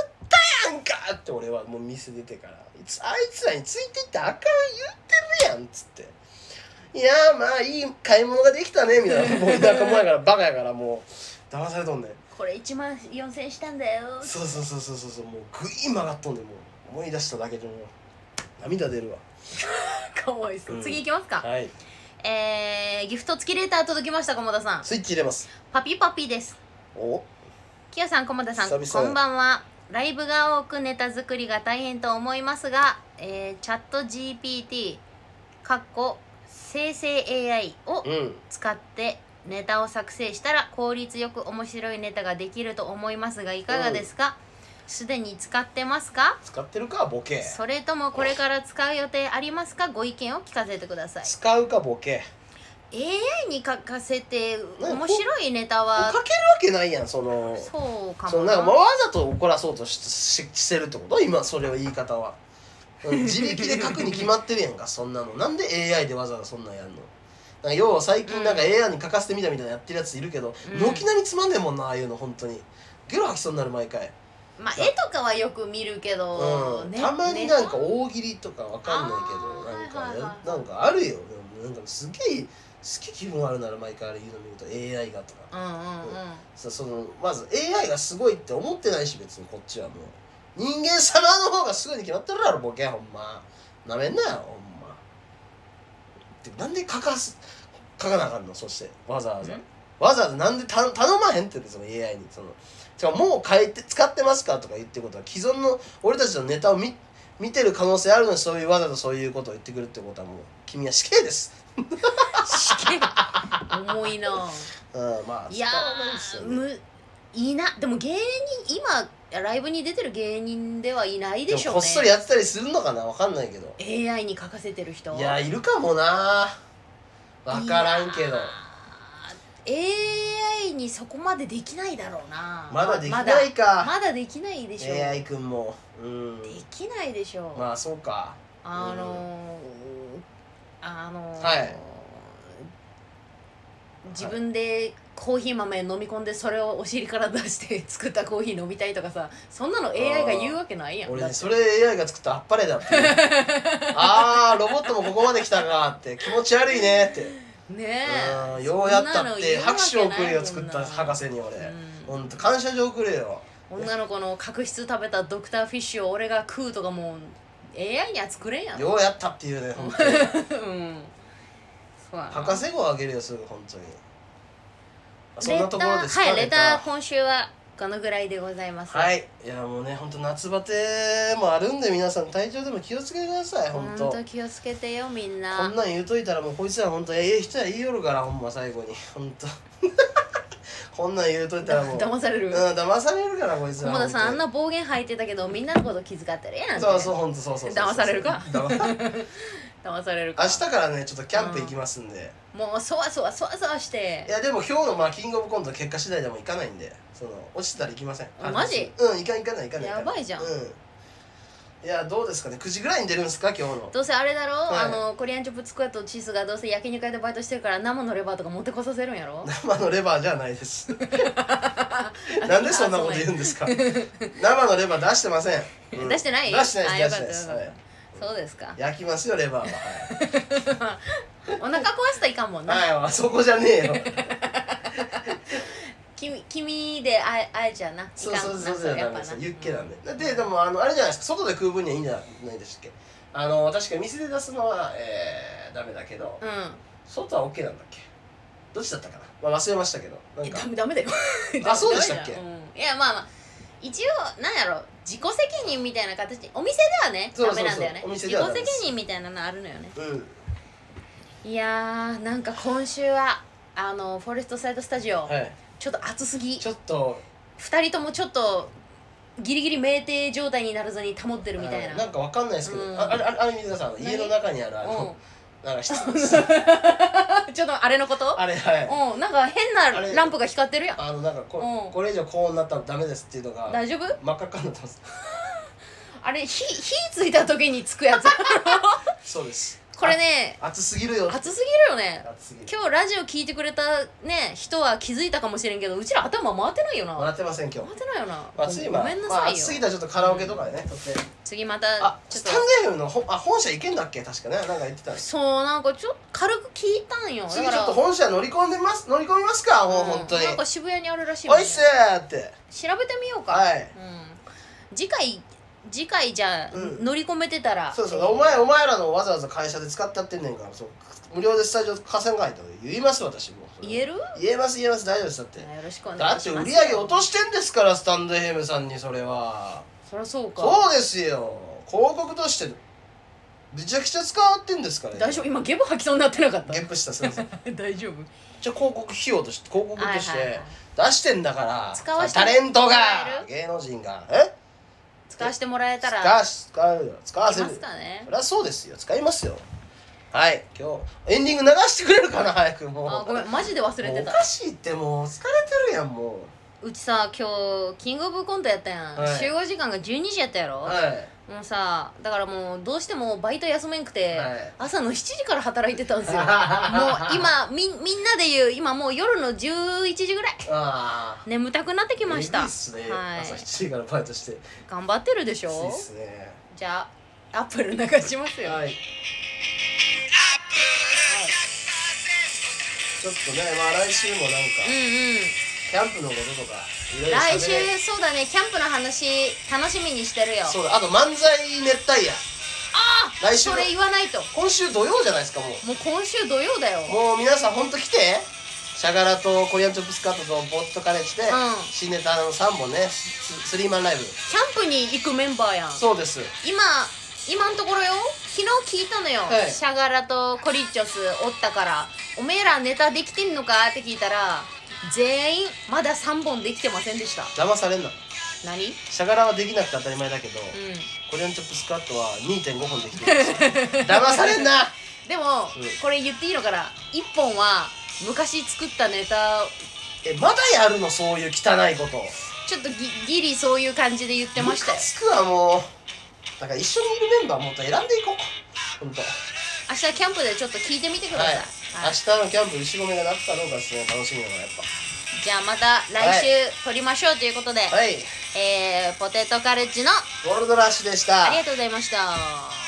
[SPEAKER 2] たやんかって俺はもう店出てからいつあいつらについていってあかん言ってるやんっつって。いやーまあいい買い物ができたねみたいなもう田舎もやからバカやからもう騙されとんねん
[SPEAKER 1] これ1万4000円したんだよ
[SPEAKER 2] そうそうそうそうそうそうもうグイーン曲がっとんでもう思い出しただけでもう涙出るわ
[SPEAKER 1] かわいそう、
[SPEAKER 2] うん
[SPEAKER 1] 次いきますか、
[SPEAKER 2] はい
[SPEAKER 1] えー、ギフト付きレター届きました駒田さん
[SPEAKER 2] スイッチ入れます
[SPEAKER 1] パピパピです
[SPEAKER 2] お
[SPEAKER 1] キヨさん駒田さん
[SPEAKER 2] 久々や
[SPEAKER 1] こんばんはライブが多くネタ作りが大変と思いますが、えー、チャット GPT かっこ生成 AI を
[SPEAKER 2] うん
[SPEAKER 1] 使ってネタを作成したら効率よく面白いネタができると思いますがいかがですかすでに使ってますか
[SPEAKER 2] 使ってるかボケ
[SPEAKER 1] それともこれから使う予定ありますかご意見を聞かせてください
[SPEAKER 2] 使うかボケ
[SPEAKER 1] AI に書かせて
[SPEAKER 2] なんか
[SPEAKER 1] 面白いネタ
[SPEAKER 2] か
[SPEAKER 1] は
[SPEAKER 2] けるわけないやんその
[SPEAKER 1] そうか
[SPEAKER 2] そ
[SPEAKER 1] も
[SPEAKER 2] のなんかまあわざと怒らそうとしししてるってこと今それは言い方は、うん自力で書くに決まってるやんか <laughs> そんなのなんで AI でわざわざそんなんやんのなんか要は最近なんか AI に書かせてみたみたいなやってるやついるけど
[SPEAKER 1] うん
[SPEAKER 2] 軒並みつまんねえもんなああいうの本当にゲロ吐きそうになる毎回
[SPEAKER 1] まあ絵とかはよく見るけど、
[SPEAKER 2] うん
[SPEAKER 1] ね
[SPEAKER 2] たまになんか
[SPEAKER 1] ネ
[SPEAKER 2] 大喜利とかわかんな
[SPEAKER 1] あ
[SPEAKER 2] い
[SPEAKER 1] ー
[SPEAKER 2] けどなんか
[SPEAKER 1] はいはいは
[SPEAKER 2] や
[SPEAKER 1] い
[SPEAKER 2] なんかあるよでもなんかすげえ好き気分あるなら毎回あれ言うの見ると AI がとか
[SPEAKER 1] タうんうんうん
[SPEAKER 2] さそのまず AI がすごいって思ってないし別にこっちはもう人間様の方がすごいに決まってるだろボケほんまなめんなよほんまでなんで書かす書かなあかんのそしてわざわざ
[SPEAKER 1] ん
[SPEAKER 2] わざわざなんでた頼まへんって別に AI にそのじゃもう変えて使ってますかとか言ってることは既存の俺たちのネタを見見てる可能性あるのにそういうわざとそういうことを言ってくるってことはもう君は死刑です
[SPEAKER 1] 死刑重い
[SPEAKER 2] <laughs>
[SPEAKER 1] な
[SPEAKER 2] うんまあ
[SPEAKER 1] いや
[SPEAKER 2] 使わないですよ
[SPEAKER 1] ー
[SPEAKER 2] ね
[SPEAKER 1] むいいなでも芸人今ライブに出てる芸人ではいない
[SPEAKER 2] で
[SPEAKER 1] で
[SPEAKER 2] も
[SPEAKER 1] しょう
[SPEAKER 2] こ
[SPEAKER 1] ね
[SPEAKER 2] っそりやってたりするのかなわかんないけど
[SPEAKER 1] AI に書かせてる人
[SPEAKER 2] いやいるかもな分からんけど
[SPEAKER 1] いやー AI にそこまでできないだろうな
[SPEAKER 2] まだでき
[SPEAKER 1] ま
[SPEAKER 2] ない
[SPEAKER 1] だ
[SPEAKER 2] か
[SPEAKER 1] まだできないでしょう、
[SPEAKER 2] AI 君もうん
[SPEAKER 1] できないでしょう、
[SPEAKER 2] まあそうか
[SPEAKER 1] あのーあのー
[SPEAKER 2] はい
[SPEAKER 1] 自分でコーヒー豆飲み込んでそれをお尻から出して作ったコーヒー飲みたいとかさそんなの AI が言うわけないやん
[SPEAKER 2] 俺
[SPEAKER 1] だっ
[SPEAKER 2] ね
[SPEAKER 1] て
[SPEAKER 2] それ AI が作ったあっぱれだ
[SPEAKER 1] <laughs>
[SPEAKER 2] ってあーロボットもここまで来たかって気持ち悪いねって
[SPEAKER 1] ね
[SPEAKER 2] うん
[SPEAKER 1] え
[SPEAKER 2] ようやったって拍手を送れよ
[SPEAKER 1] そ
[SPEAKER 2] 作
[SPEAKER 1] ん
[SPEAKER 2] っ
[SPEAKER 1] なの
[SPEAKER 2] た
[SPEAKER 1] 言うわけないもんなうん
[SPEAKER 2] 博士に俺ほんと感謝状送れよ
[SPEAKER 1] 女の子の角質食べたドクターフィッシュを俺が食うとかもう AI には作れんやん
[SPEAKER 2] ようやったっていうねほんと
[SPEAKER 1] <laughs>
[SPEAKER 2] に
[SPEAKER 1] うんそうやな
[SPEAKER 2] 博士号あげるよすぐほんとにそんなところですか
[SPEAKER 1] レターはいレ
[SPEAKER 2] ネ
[SPEAKER 1] タ
[SPEAKER 2] タ
[SPEAKER 1] ー今週はこのぐらいでございます
[SPEAKER 2] はい、いやもうね、本当夏バテもあるんで、皆さん体調でも気をつけてください、
[SPEAKER 1] ほ
[SPEAKER 2] 本
[SPEAKER 1] ん
[SPEAKER 2] 当。こと
[SPEAKER 1] 気をつけてよみんなん
[SPEAKER 2] なん言うといたら、もうこいつら本当ええ人や言いよるから、ほんま最後に、本
[SPEAKER 1] <laughs>
[SPEAKER 2] 当。こんなん言うといたらもう、
[SPEAKER 1] 騙され
[SPEAKER 2] う
[SPEAKER 1] る
[SPEAKER 2] ん、騙されるから、こいつら。
[SPEAKER 1] 友田さんあん
[SPEAKER 2] 本
[SPEAKER 1] な暴言吐いてたけどみんなのこと気遣ってるやん
[SPEAKER 2] 当に。そうそう、本当そうそうそう。
[SPEAKER 1] 騙されるか
[SPEAKER 2] 騙さ
[SPEAKER 1] 騙されるか
[SPEAKER 2] 明日からね、ちょっとキャンプ行きますんで。
[SPEAKER 1] もうそわそわそわそわし
[SPEAKER 2] い
[SPEAKER 1] て
[SPEAKER 2] や、でも今日のまあキングオブコント結果次第でも行かないんで、その落ちてたら行きません。
[SPEAKER 1] あマジ
[SPEAKER 2] うん、行かん行かない行かない。行かな
[SPEAKER 1] やばいじゃん
[SPEAKER 2] うん。いや、どうですかね、9時ぐらいに出るんですか、今日の。
[SPEAKER 1] どうせあれだろ、
[SPEAKER 2] はい
[SPEAKER 1] あのコリアンチョップスクワットチーズがどうせ焼肉屋でバイトしてるから生のレバーとか持ってこさせるんやろ
[SPEAKER 2] 生のレバーじゃない
[SPEAKER 1] <laughs>
[SPEAKER 2] です。なんでそんなこと言うんですか。生のレバー出してません。うん
[SPEAKER 1] 出してない
[SPEAKER 2] 出してないで
[SPEAKER 1] あ
[SPEAKER 2] す。出してないです。
[SPEAKER 1] よか
[SPEAKER 2] は
[SPEAKER 1] った
[SPEAKER 2] い
[SPEAKER 1] そうですか
[SPEAKER 2] 焼きますよレバーは。
[SPEAKER 1] お腹壊したらいかんもんな、 <laughs>
[SPEAKER 2] はい、はい、あそこじゃねえよ。
[SPEAKER 1] 君君であえあえちゃうな
[SPEAKER 2] そうそうそうそう
[SPEAKER 1] いか
[SPEAKER 2] ダ
[SPEAKER 1] ん
[SPEAKER 2] メ
[SPEAKER 1] な
[SPEAKER 2] です
[SPEAKER 1] やっぱな
[SPEAKER 2] ユッケなんで、ででもあのあれじゃないですか外で食う分にはいいんじゃないでしたっけあの確かに店で出すのは、えー、ダメだけど、
[SPEAKER 1] うん
[SPEAKER 2] 外は OK なんだっけどっちだったかな、まあ、忘れましたけどなん
[SPEAKER 1] え
[SPEAKER 2] か
[SPEAKER 1] ダメダメ
[SPEAKER 2] <laughs>
[SPEAKER 1] だよ
[SPEAKER 2] あそうでしたっけ
[SPEAKER 1] ダメだようんいやまあまあ一応なんやろ自己責任みたいな形お店ではね
[SPEAKER 2] そう
[SPEAKER 1] ダ
[SPEAKER 2] そうそ
[SPEAKER 1] メ
[SPEAKER 2] う
[SPEAKER 1] なんだよね
[SPEAKER 2] お
[SPEAKER 1] 自
[SPEAKER 2] 店
[SPEAKER 1] 己
[SPEAKER 2] ではダメです
[SPEAKER 1] 責任みたいなのあるのよね
[SPEAKER 2] うん
[SPEAKER 1] いやーなんか今週はあのフォレストサイドスタジオ、
[SPEAKER 2] はい
[SPEAKER 1] ちょっと暑すぎ
[SPEAKER 2] ちょっと
[SPEAKER 1] 2人ともちょっとギリギリ酩酊状態にならずに保ってるみたいな、
[SPEAKER 2] はいなんかわかんないですけど、
[SPEAKER 1] うん
[SPEAKER 2] ああれあれあれ水田さん家の中にあるあの、
[SPEAKER 1] う
[SPEAKER 2] なんか質
[SPEAKER 1] <laughs>
[SPEAKER 2] 問
[SPEAKER 1] ん <laughs> ちょっとあれのこと
[SPEAKER 2] あれはい
[SPEAKER 1] うんなんか変
[SPEAKER 2] あ
[SPEAKER 1] な
[SPEAKER 2] れ
[SPEAKER 1] ランプが光ってるやん
[SPEAKER 2] あのなんかこ,、
[SPEAKER 1] うん
[SPEAKER 2] これ以上高温になったらダメですっていうのが
[SPEAKER 1] 大丈夫
[SPEAKER 2] 真っ赤っかになってます
[SPEAKER 1] あれ火火ついた時につく
[SPEAKER 2] <laughs>
[SPEAKER 1] やつ
[SPEAKER 2] そうです
[SPEAKER 1] これね
[SPEAKER 2] あ暑すぎるよ
[SPEAKER 1] 熱すぎるよね
[SPEAKER 2] 暑すぎる
[SPEAKER 1] 今日ラジオ聞いてくれたね人は気づいたかもしれんけどうちら頭回ってないよな
[SPEAKER 2] もら
[SPEAKER 1] 回
[SPEAKER 2] ってません今日
[SPEAKER 1] ってないよな
[SPEAKER 2] 暑い今
[SPEAKER 1] ごめんな
[SPEAKER 2] まあ
[SPEAKER 1] さい
[SPEAKER 2] 暑
[SPEAKER 1] よ
[SPEAKER 2] すぎたらちょっとカラオケとかでね、撮って
[SPEAKER 1] 次ま
[SPEAKER 2] あ
[SPEAKER 1] たちょ
[SPEAKER 2] ス
[SPEAKER 1] っ
[SPEAKER 2] タ
[SPEAKER 1] と
[SPEAKER 2] ンド FM のほあ本社行けんだっけ確かねなんか言ってたんです
[SPEAKER 1] そうなんかちょっと軽く聞いたんよだ
[SPEAKER 2] 次
[SPEAKER 1] か
[SPEAKER 2] ちょ
[SPEAKER 1] ら
[SPEAKER 2] っと本社乗り込んでます乗り込みますかもう本当に、
[SPEAKER 1] うんなんか渋谷にあるらしいもん
[SPEAKER 2] お
[SPEAKER 1] ね
[SPEAKER 2] いっすーって
[SPEAKER 1] 調べてみようか、
[SPEAKER 2] は
[SPEAKER 1] う
[SPEAKER 2] い
[SPEAKER 1] ん、次回次回じゃあ、
[SPEAKER 2] うん
[SPEAKER 1] 乗り込めてたら
[SPEAKER 2] そうそうお前お前らのわざわざ会社で使ったってんねんからそう無料でスタジオ貸せんかいと言います私もう
[SPEAKER 1] 言えるよ
[SPEAKER 2] 言えます言えます大丈夫ですだって
[SPEAKER 1] ろしくお願
[SPEAKER 2] だ
[SPEAKER 1] い
[SPEAKER 2] っ
[SPEAKER 1] してま
[SPEAKER 2] 売
[SPEAKER 1] す
[SPEAKER 2] り上げ落としてんですからスタンドヘムさんにそれは
[SPEAKER 1] そりゃそうか
[SPEAKER 2] そうですよ広告としてめちゃくちゃ使ってんですから
[SPEAKER 1] 大丈夫今ゲボ吐きそうになってなかった
[SPEAKER 2] ゲップしたすい
[SPEAKER 1] <laughs>
[SPEAKER 2] ません
[SPEAKER 1] 大丈夫
[SPEAKER 2] じゃあ広告費用として広告とし
[SPEAKER 1] はいはい
[SPEAKER 2] て
[SPEAKER 1] はい
[SPEAKER 2] 出してんだから
[SPEAKER 1] 使わせて
[SPEAKER 2] タレントが
[SPEAKER 1] もらえる
[SPEAKER 2] 芸能人がえ
[SPEAKER 1] 使わせてもらえた
[SPEAKER 2] 使
[SPEAKER 1] ら
[SPEAKER 2] わ使うよ使わ
[SPEAKER 1] い
[SPEAKER 2] せ
[SPEAKER 1] ま
[SPEAKER 2] る
[SPEAKER 1] すかね
[SPEAKER 2] そりゃそうですよ使いますよはい今日エンディング流してくれるかな早くもう
[SPEAKER 1] あごめんマジで忘れ
[SPEAKER 2] も
[SPEAKER 1] て
[SPEAKER 2] うお
[SPEAKER 1] た
[SPEAKER 2] かしいってもう疲れてるやんも
[SPEAKER 1] うちさ今日キングオブコントやったやん、
[SPEAKER 2] はい
[SPEAKER 1] 集合時間が12時やったやろ、
[SPEAKER 2] うはい
[SPEAKER 1] もうさだからもうどうしてもバイト休めんくて、
[SPEAKER 2] はい
[SPEAKER 1] 朝の7時から働いてたんです
[SPEAKER 2] <laughs>
[SPEAKER 1] よもう今みみんなで言う今もう夜の11時ぐらい
[SPEAKER 2] ああ
[SPEAKER 1] 眠たくなってきました
[SPEAKER 2] いいっすね、
[SPEAKER 1] はい
[SPEAKER 2] 朝7時からバイトして
[SPEAKER 1] 頑張ってるでし
[SPEAKER 2] いい
[SPEAKER 1] ょ
[SPEAKER 2] っすね
[SPEAKER 1] じゃあアップル流します
[SPEAKER 2] <laughs>
[SPEAKER 1] よ、
[SPEAKER 2] はいちょっとねまあ来週
[SPEAKER 1] う
[SPEAKER 2] もなん
[SPEAKER 1] ん
[SPEAKER 2] か
[SPEAKER 1] うん
[SPEAKER 2] キャンプのこととかいろいろ
[SPEAKER 1] 来週
[SPEAKER 2] 喋れ
[SPEAKER 1] そうだねキャンプの話楽しみにしてるよ
[SPEAKER 2] そうだあと漫才熱帯夜
[SPEAKER 1] あ
[SPEAKER 2] 来週
[SPEAKER 1] そ
[SPEAKER 2] の
[SPEAKER 1] れ言わないと
[SPEAKER 2] 今週土曜じゃないですかもう
[SPEAKER 1] もう今週土曜だよ
[SPEAKER 2] もう皆さんほんと来てシャガラとコリアンチョップスカートとボットカレッジで、
[SPEAKER 1] ん
[SPEAKER 2] 新ネタの3本ねススリーマンライブ
[SPEAKER 1] キャンプに行くメンバーやん
[SPEAKER 2] そうです
[SPEAKER 1] 今今のところよ昨日聞いたのよ、
[SPEAKER 2] はい
[SPEAKER 1] シャガラとコリッチョスおったからおめえらネタできてんのかって聞いたら全員まだ3本できてませんでした
[SPEAKER 2] 騙されんな
[SPEAKER 1] 何うん
[SPEAKER 2] シャガラはできなくて当たり前だけど、コリアンチョップスカートは2.5本できてるんです
[SPEAKER 1] <laughs>
[SPEAKER 2] よ騙されんな
[SPEAKER 1] でも、
[SPEAKER 2] うん
[SPEAKER 1] これ言っていいのかな1本は昔作ったネタ
[SPEAKER 2] えまだやるのそういう汚いこと
[SPEAKER 1] ちょっとギギリそういう感じで言ってましたよ
[SPEAKER 2] ムカつくわもうだから一緒にいるメンバーもっと選んでいこうほんと
[SPEAKER 1] 明日キャンプでちょっと聞いてみてください、はい
[SPEAKER 2] 明日のキャンプ牛込がなったのがですね楽しみなのがやっ
[SPEAKER 1] じゃあまた来週撮りましょうということで、
[SPEAKER 2] ぱはい
[SPEAKER 1] えー、ポテトカレッジの
[SPEAKER 2] ゴールドラッシュでした
[SPEAKER 1] ありがとうございました